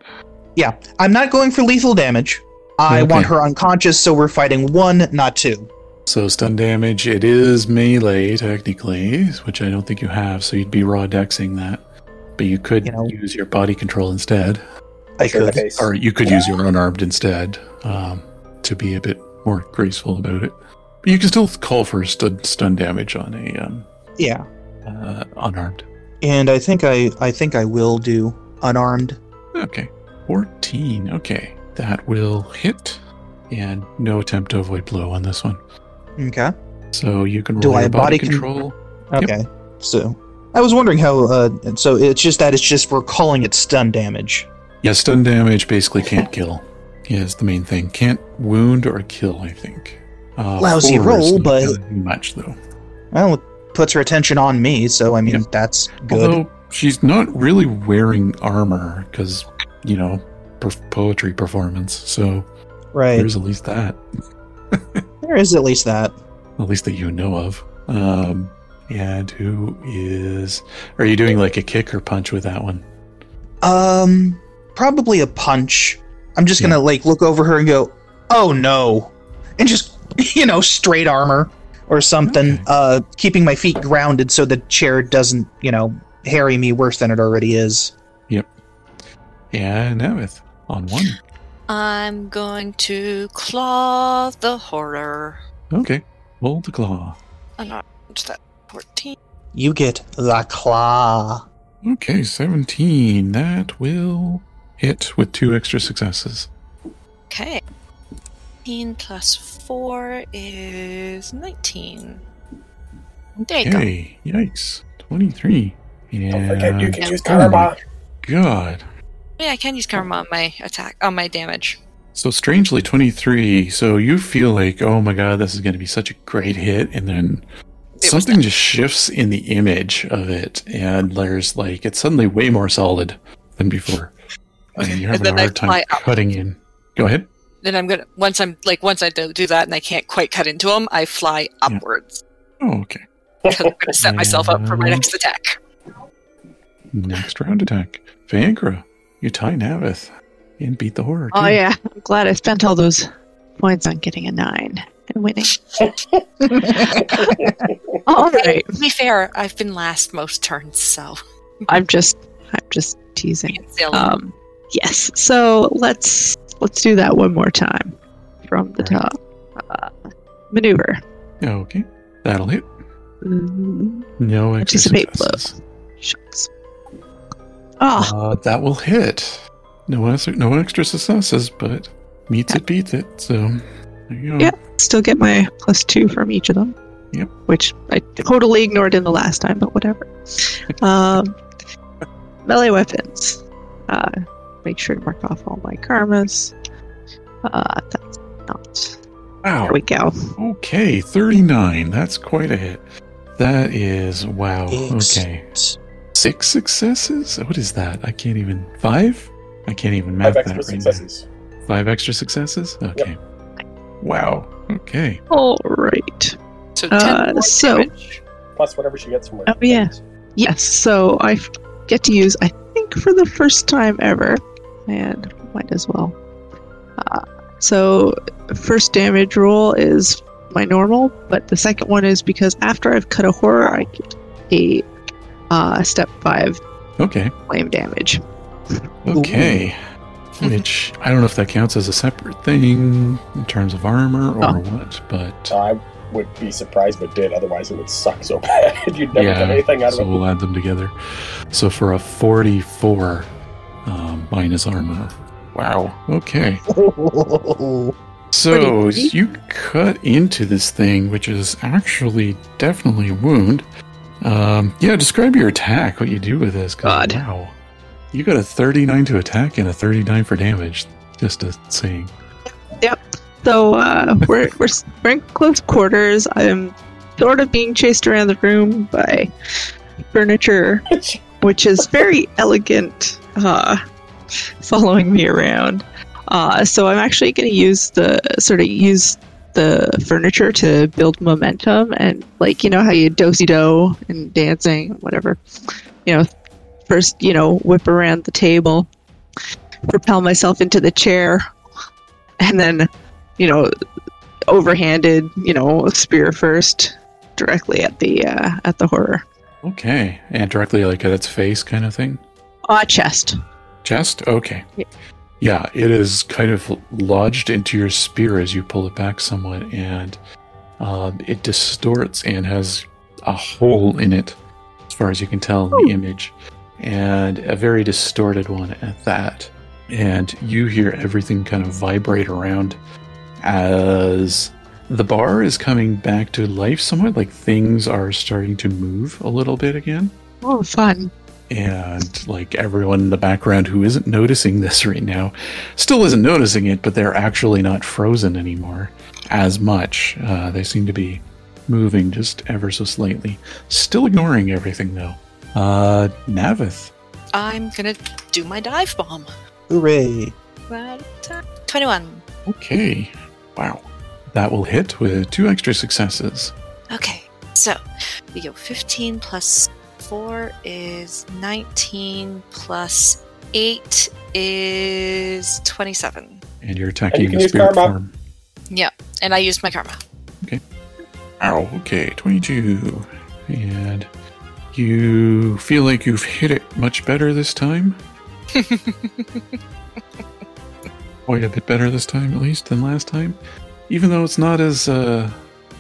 S5: Yeah, I'm not going for lethal damage. I
S1: Okay.
S5: want her unconscious, so we're fighting one, not two.
S1: So stun damage, it is melee technically, which I don't think you have, so you'd be raw dexing that. But you could
S5: You know.
S1: use your body control instead,
S5: I
S3: Sure
S5: could.
S3: face.
S1: or you could use your unarmed instead um, to be a bit more graceful about it. But you can still call for stun, stun damage on a um,
S5: Yeah,
S1: uh, unarmed.
S5: and I think I I think I will do unarmed.
S1: Okay, fourteen. Okay, that will hit, and no attempt to avoid blow on this one.
S5: Okay.
S1: So you can roll
S5: Do I
S1: your
S5: have
S1: body,
S5: body con-
S1: control. Yep.
S5: Okay. So I was wondering how. Uh, so it's just that it's just we're calling it stun damage.
S1: Yeah, stun damage basically can't kill. Is the main thing. Can't wound or kill. I think. Uh,
S5: Lousy
S1: four is
S5: roll,
S1: not
S5: but-
S1: really much though.
S5: Well, it puts her attention on me, so I mean that's good.
S1: Although she's not really wearing armor because you know per- poetry performance. So
S5: right.
S1: there's at least that.
S5: There is at least that.
S1: at least that you know of. Um, and who is? Are you doing like a kick or punch with that one?
S5: Um, probably a punch. I'm just gonna like look over her and go, "Oh no," and just you know straight armor or something.
S1: Okay.
S5: Uh, keeping my feet grounded so the chair doesn't you know harry me worse than it already is.
S1: Yeah, Nemeth on one.
S7: I'm going to claw the horror.
S1: Okay, roll the claw.
S6: Uh,
S7: I'm not just that 14.
S5: You get the claw.
S1: Okay, seventeen. That will hit with two extra successes.
S7: Okay. 18 plus 4 is 19. There you go.
S1: Okay, yikes, twenty-three. Yeah,
S3: Don't forget you can use
S1: oh my
S3: karma.
S1: God.
S7: Yeah, I can use karma on my attack, on my damage.
S1: So strangely, 23. So you feel like, oh my god, this is going to be such a great hit. And then
S7: It was
S1: something just shifts in the image of it. And there's like, it's suddenly way more solid than before. And you're
S7: And
S1: having a
S7: then I
S1: hard time
S7: fly up.
S1: cutting in. Go ahead.
S7: Then I'm gonna once I'm like once I do, do that and I can't quite cut into him, I fly upwards
S1: Oh, okay.
S7: because I'm gonna set myself up for my
S1: Yeah.
S7: next attack.
S1: Next round attack. Vankra, you tie Navith and beat the horror.
S4: Oh
S1: too.
S4: yeah, I'm glad I spent all those points on getting a nine and winning. all right,
S7: To be fair, I've been last most turns, so Uh,
S4: I'm just, I'm just teasing.
S7: it's still-
S4: Um, yes. So let's let's do that one more time from the top. Uh, maneuver.
S1: Okay. That'll hit.
S4: Mm,
S1: No extra
S4: Anticipate blow.
S1: successes.
S4: shucks. Oh,
S1: Uh, that will hit. No extra, no extra successes, but meets it beats it. So there you go.
S4: Yeah. still get my plus two from each of them.
S1: Yep.
S4: Which I totally ignored in the last time, but whatever. um, melee weapons. Uh, make sure to mark off all my karmas. Uh, that's not.
S1: Wow.
S4: There we go.
S1: Okay, 39. That's quite a hit. That is wow.
S5: Six.
S1: Okay. Six successes? What is that? I can't even. Five? I can't even math
S3: Five
S1: that
S3: extra
S1: right now.
S3: successes.
S1: Five extra successes? Okay. Wow. Okay.
S4: All right.
S7: So ten
S4: Uh,
S7: more
S4: so-
S7: damage.
S3: Plus whatever she gets from her.
S4: Oh, yeah. Yes, so I f- get to use, I think, for the first time ever, and might as well. Uh, so, first damage roll is my normal, but the second one is because after I've cut a horror, I get a uh, step five
S1: Okay.
S4: flame damage.
S1: Okay. Which I don't know if that counts as a separate thing in terms of armor or
S4: Oh.
S1: what, but
S3: I would be surprised if it did, otherwise it would suck so bad. You'd never
S1: Yeah,
S3: get anything out of
S1: so
S3: it.
S1: we'll add them together. So for a 44 um, minus armor. Wow. Okay. So
S7: Pretty
S1: you cut into this thing, which is actually definitely a wound. Um, yeah, describe your attack, what you do with this. 'cause
S4: God.
S1: Wow. You got a 39 to attack and a 39 for damage. Just a saying.
S4: So, uh, we're, we're, s- we're in close quarters. I'm sort of being chased around the room by furniture which is very elegant, uh, following me around. Uh, so I'm actually going to use the sort of use the furniture to build momentum and like you know how you do si do and dancing whatever, you know, first you know whip around the table, propel myself into the chair, and then you know overhanded you know spear first directly at the uh, at the horror.
S1: Okay. And directly like at its face kind of thing?
S4: Ah, chest.
S1: Chest? Okay.
S4: Yeah.
S1: Yeah, it is kind of lodged into your spear as you pull it back somewhat, and um, it distorts and has a hole in it, as far as you can tell in the image, and a very distorted one at that. And you hear everything kind of vibrate around as the bar is coming back to life somewhat, like things are starting to move a little bit again
S4: Oh, fun.
S1: and like everyone in the background who isn't noticing this right now still isn't noticing it but they're actually not frozen anymore as much uh, they seem to be moving just ever so slightly still ignoring everything though uh navith
S7: I'm gonna do my dive bomb.
S5: Hooray.
S7: uh, Twenty-one.
S1: okay wow that will hit with two extra successes
S7: Okay, so we go fifteen plus four is nineteen plus eight is twenty-seven.
S1: and you're
S3: And
S1: attacking
S3: you can
S1: the
S3: use
S1: spirit
S3: karma.
S1: form
S7: And I used my karma.
S1: Ow, okay, 22. And you feel like you've hit it much better this time? Quite a bit better this time, at least, than last time. Even though it's not as, uh,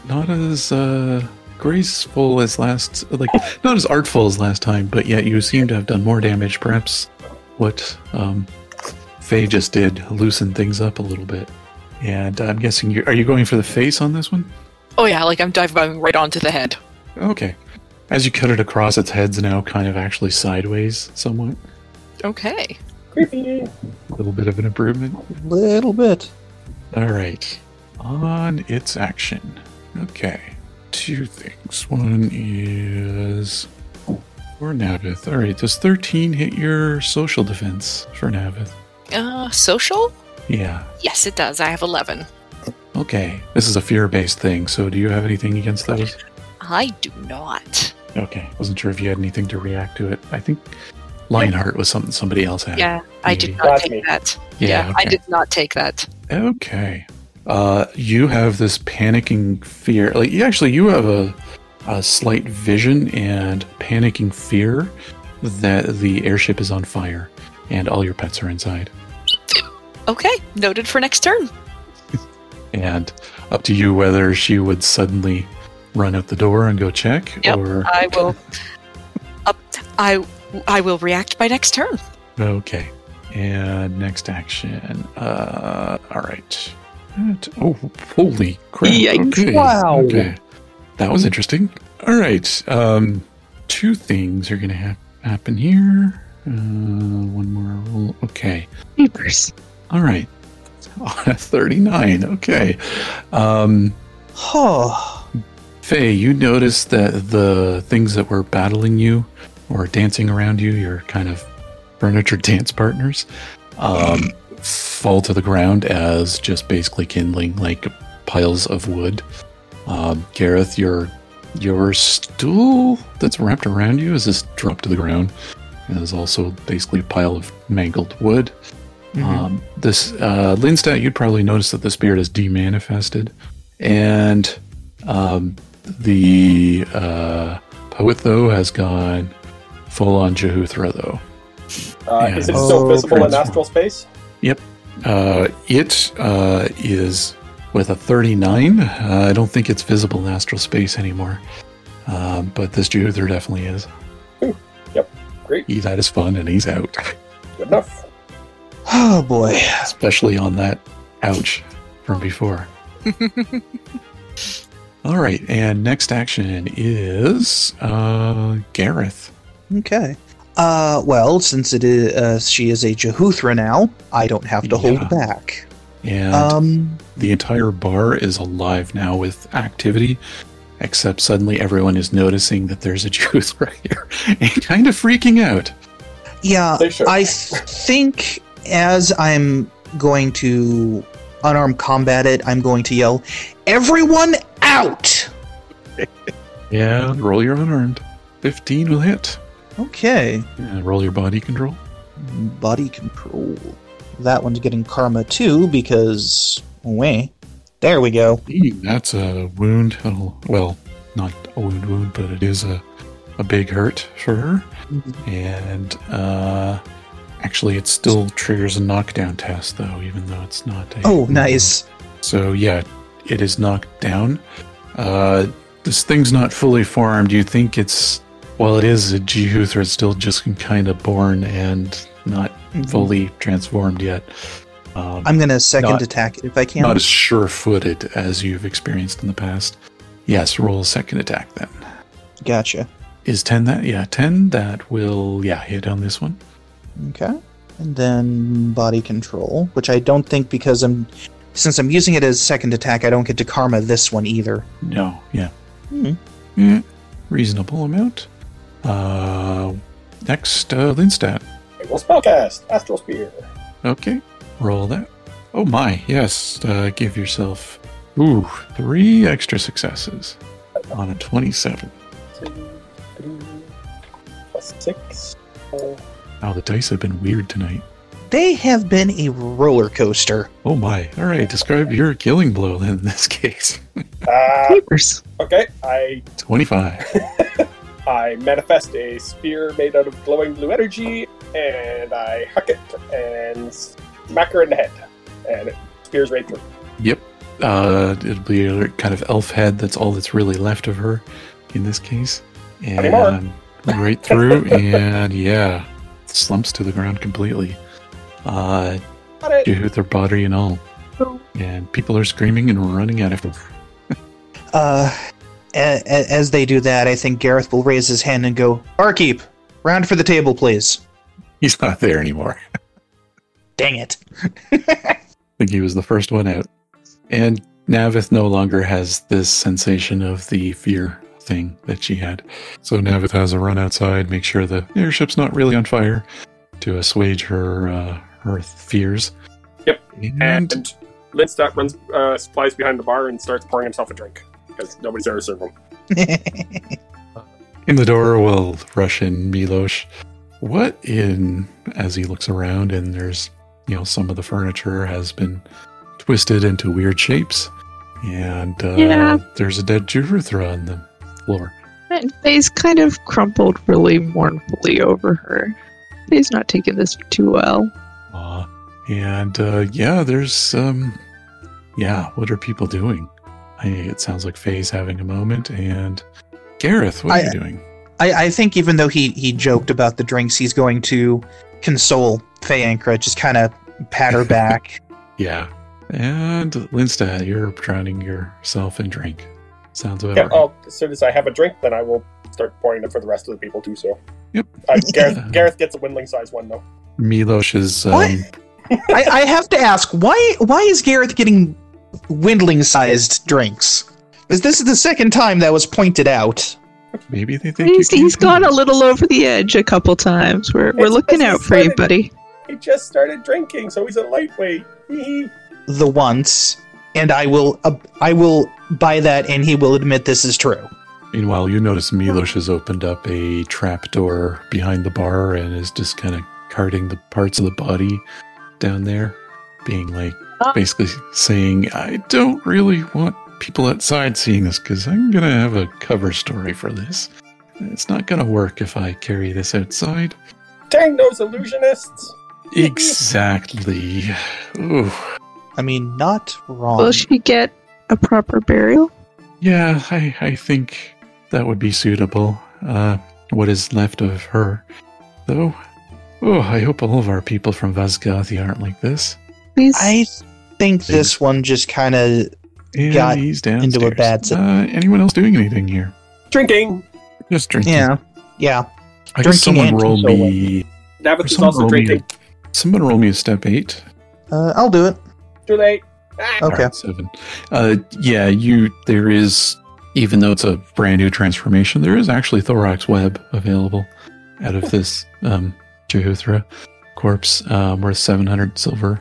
S1: not as, uh, graceful as last, like, not as artful as last time, but yet you seem to have done more damage. Perhaps what, um, Faye just did loosened things up a little bit. And I'm guessing you are you going for the face on this one?
S7: Oh yeah, like I'm dive bombing right onto the head.
S1: Okay. As you cut it across, its head's now kind of actually sideways somewhat.
S7: Okay.
S3: Creepy.
S1: A little bit of an improvement.
S5: Little bit.
S1: All right. On its action. Okay. Two things. One is. For Navith. All right. Does 13 hit your social defense for Navith?
S7: Uh, social?
S1: Yeah.
S7: Yes, it does. I have eleven.
S1: Okay. This is a fear based thing, so do you have anything against those?
S7: I do not.
S1: Okay. Wasn't sure if you had anything to react to it. I think Lionheart was something somebody else had.
S7: Yeah, I did
S1: Yeah.
S7: not
S3: That's
S7: take
S3: me.
S7: that.
S1: Yeah,
S7: I
S1: okay.
S7: did not take that.
S1: Okay. Uh, you have this panicking fear. Like, you actually, you have a, a slight vision and panicking fear that the airship is on fire and all your pets are inside.
S7: Okay, noted for next turn.
S1: And up to you whether she would suddenly run out the door and go check
S7: Yep,
S1: or.
S7: I will. up, I I will react by next turn.
S1: Okay. And next action. Uh, all right. That- Oh, holy crap.
S4: Yikes.
S1: Okay.
S5: Wow.
S1: Okay. That was interesting. All right. Um, two things are going to ha- happen here. Uh, one more roll. Okay.
S4: Papers.
S1: All right. On a 39. Okay. Um,
S5: Oh,
S1: Faye, you notice that the things that were battling you or dancing around you, your kind of furniture dance partners, um, fall to the ground as just basically kindling like piles of wood. Um, Gareth, your your stool that's wrapped around you is just dropped to the ground and is also basically a pile of mangled wood. Um, this uh, Linstat, you'd probably notice that the spirit is demanifested, and um, the uh, poet though has gone full on Jehuthra though.
S3: Uh,
S1: Yeah.
S3: Is it still
S5: Oh,
S3: visible in
S1: transform.
S3: astral space?
S1: Uh, it uh, is with a 39. Uh, I don't think it's visible in astral space anymore, um, but this Jehuthra definitely is.
S3: Yep. Great.
S1: He had his fun and he's out,
S3: Good enough.
S5: oh boy.
S1: especially on that ouch from before. All right, and next action is uh, Gareth.
S5: Okay. Uh, well, since it is, uh, she is a Jehuthra now, I don't have
S1: Yeah.
S5: to
S1: Uh,
S5: hold back.
S1: And
S5: Um,
S1: The entire bar is alive now with activity, except suddenly everyone is noticing that there's a Jehuth right here and kind of freaking out.
S5: yeah,
S3: They should.
S5: Uh, I think as I'm going to unarmed combat it, I'm going to yell, "Everyone out!"
S1: Yeah, roll your unarmed. 15 will hit.
S5: Okay.
S1: Yeah, roll your body control.
S5: Body control. That one's getting karma too because way. There we go.
S1: Eee, That's a wound. Oh, Well, not a wound, wound, but it is a, a big hurt for her. And uh, actually, it still triggers a knockdown test, though, even though it's not a.
S5: Oh, nice.
S1: So yeah, it is knocked down. Uh, this thing's not fully formed. You think it's well, it is a Jehuthra. It's still just kind of born and not fully transformed yet. Um,
S5: I'm gonna second
S1: Not-
S5: attack it if I can.
S1: not as sure-footed as you've experienced in the past. Yes, roll a second attack then.
S5: gotcha.
S1: Is ten that? Yeah, ten. That will yeah hit on this one.
S5: Okay. And then body control, which I don't think because I'm since I'm using it as second attack, I don't get to karma this one either.
S1: No, yeah.
S5: Hmm.
S1: Yeah, reasonable amount. Uh, next, uh, Linstat.
S3: I will spellcast astral spear.
S1: Okay, roll that. Oh my, yes. Uh, give yourself ooh three extra successes on a twenty-seven.
S3: Two, three, plus six. four.
S1: Wow, the dice have been weird tonight.
S5: They have been a roller coaster.
S1: Oh my! All right, describe your killing blow then. In this case,
S3: Uh,
S4: Papers.
S3: okay, I
S1: twenty-five.
S3: I manifest a spear made out of glowing blue energy, and I huck it and smack her in the head, and it spears right through.
S1: Yep. Uh, it'll be a kind of elf head. That's all that's really left of her in this case.
S3: Anymore.
S1: And um, right through, and yeah, slumps to the ground completely. Uh,
S3: Got it.
S1: you with their body and all. And people are screaming and running out of them.
S5: Uh, a- a- as they do that, I think Gareth will raise his hand and go, "Barkeep, round for the table, please."
S1: He's not there anymore. I
S5: Dang it!
S1: think he was the first one out. And Navith no longer has this sensation of the fear thing that she had. So Navith has a run outside, make sure the airship's not really on fire to assuage her uh, her fears.
S3: Yep.
S1: And
S3: And Linstat runs, uh, flies behind the bar and starts pouring himself a drink because nobody's there to serve him.
S1: In the door will rush in Milosh. What in as he looks around and there's you know some of the furniture has been twisted into weird shapes and uh,
S4: Yeah.
S1: there's a dead Juruthra on the floor.
S4: And Faye's kind of crumpled really mournfully over her. Faye's not taking this too well.
S1: Uh, and uh, yeah, there's um yeah, what are people doing? I, it sounds like Faye's having a moment and Gareth, what are
S5: I-
S1: you doing?
S5: I, I think even though he he joked about the drinks, he's going to console Faye Ankra, just kind of pat her back.
S1: Yeah. And Linsta, you're drowning yourself in drink. Sounds about
S3: Yeah,
S1: right.
S3: oh, as soon as I have a drink, then I will start pouring it for the rest of the people too. So,
S1: Yep.
S3: Uh, Gareth, Gareth gets a windling size one though.
S1: Milosh is um,
S5: What? I, I have to ask why why is Gareth getting windling sized drinks? Because this is the second time that was pointed out.
S1: maybe they think
S4: He's,
S1: you can
S4: he's
S1: do
S4: gone a
S1: this.
S4: little over the edge a couple times. We're, we're
S3: It's
S4: looking
S3: because
S4: out
S3: he
S4: for you,
S3: started-
S4: buddy.
S3: He just started drinking, so he's a lightweight. Hee hee.
S5: The once, and I will uh, I will buy that, and he will admit this is true.
S1: Meanwhile, you notice Milosh has opened up a trap door behind the bar and is just kind of carting the parts of the body down there, being like
S4: Ah.
S1: basically saying, I don't really want people outside seeing this because I'm going to have a cover story for this. It's not going to work if I carry this outside.
S3: Dang those illusionists!
S1: Exactly. Ooh.
S5: I mean, not wrong.
S4: Will she get a proper burial?
S1: Yeah, I, I think that would be suitable. Uh, what is left of her, though? Oh, I hope all of our people from Vazgathi aren't like this.
S4: Please.
S5: I think this one just kind of
S1: And
S5: Got
S1: he's
S5: into
S1: downstairs.
S5: a bad si-
S1: Uh, anyone else doing anything here?
S3: Drinking.
S1: Just drinking.
S5: yeah yeah.
S1: I guess
S5: drinking
S1: someone
S5: and
S1: roll
S5: solo.
S1: me. or
S3: Navith is
S1: someone
S3: also
S1: roll me a-
S3: drinking.
S1: someone roll me a step eight.
S5: Uh, I'll do it.
S3: Too late. Ah,
S5: Okay.
S1: Alright, seven. Uh, yeah, you. There is, even though it's a brand new transformation, there is actually Thorax Web available out
S8: Oh.
S1: of this um, Jehuthra corpse, um, worth seven hundred silver.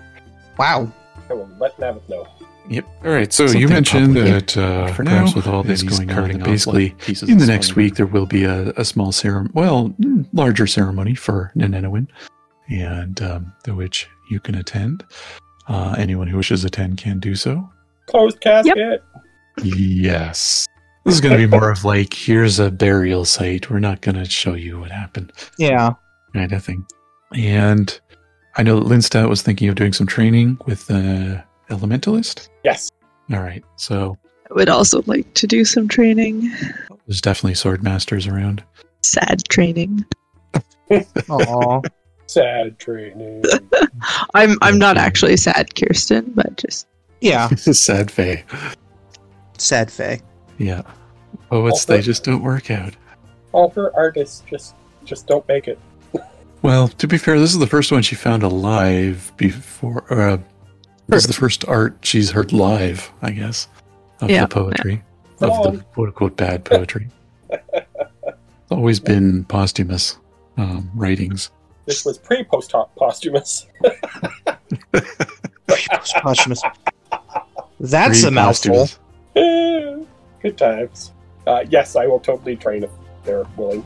S5: Wow.
S3: I will let Navith know.
S1: Yep.
S8: All right. So uh, you
S1: Something
S8: mentioned
S1: complicated
S8: that uh,
S1: for
S8: now,
S1: now, with all this
S8: he's
S1: going on,
S8: carting
S1: and
S8: off,
S1: basically
S8: like, pieces
S1: in
S8: of
S1: the next
S8: stone.
S1: week there will be a, a small ceremony, well, mm, larger ceremony for Nenenowin, and um, the which you can attend. Uh, anyone who wishes to attend can do so.
S3: Closed casket.
S1: Yes. This is going to be more of like, here's a burial site. We're not going to show you what happened,
S5: Yeah.
S1: kind of thing. And I know that Linstat was thinking of doing some training with the Elementalist.
S3: Yes.
S1: All right. So
S4: I would also like to do some training.
S1: there's definitely sword masters around.
S4: Sad training.
S5: Aw.
S3: Sad training.
S4: I'm I'm not actually sad, Kirsten, but just
S5: yeah.
S1: Sad Faye.
S5: Sad Faye.
S1: Yeah. Poets, they just don't work out.
S3: All her artists just just don't make it.
S1: Well, to be fair, this is the first one she found alive before. Uh, this is the first art she's heard live, I guess, of
S4: Yeah.
S1: the poetry, of the quote unquote bad poetry. it's always been posthumous um, writings.
S3: This was pre post posthumous.
S5: Posthumous. That's a mouthful.
S1: Pre-posthumous.
S3: Good times. Uh, yes, I will totally train if they're willing.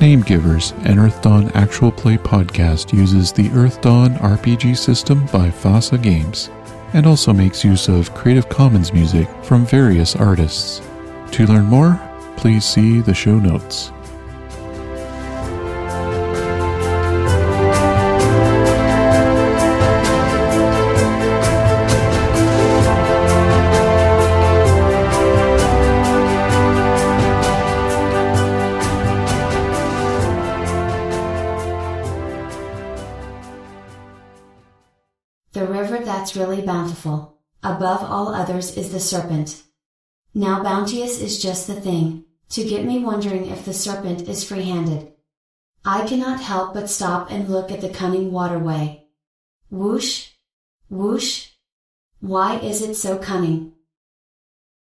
S1: Name Givers, an Earth Dawn actual play podcast, uses the Earth Dawn RPG system by FASA Games and also makes use of Creative Commons music from various artists. To learn more, please see the show notes.
S2: The river that's really bountiful, above all others is the serpent. Now bounteous is just the thing, to get me wondering if the serpent is free-handed. I cannot help but stop and look at the cunning waterway. Whoosh! Whoosh! Why is it so cunning?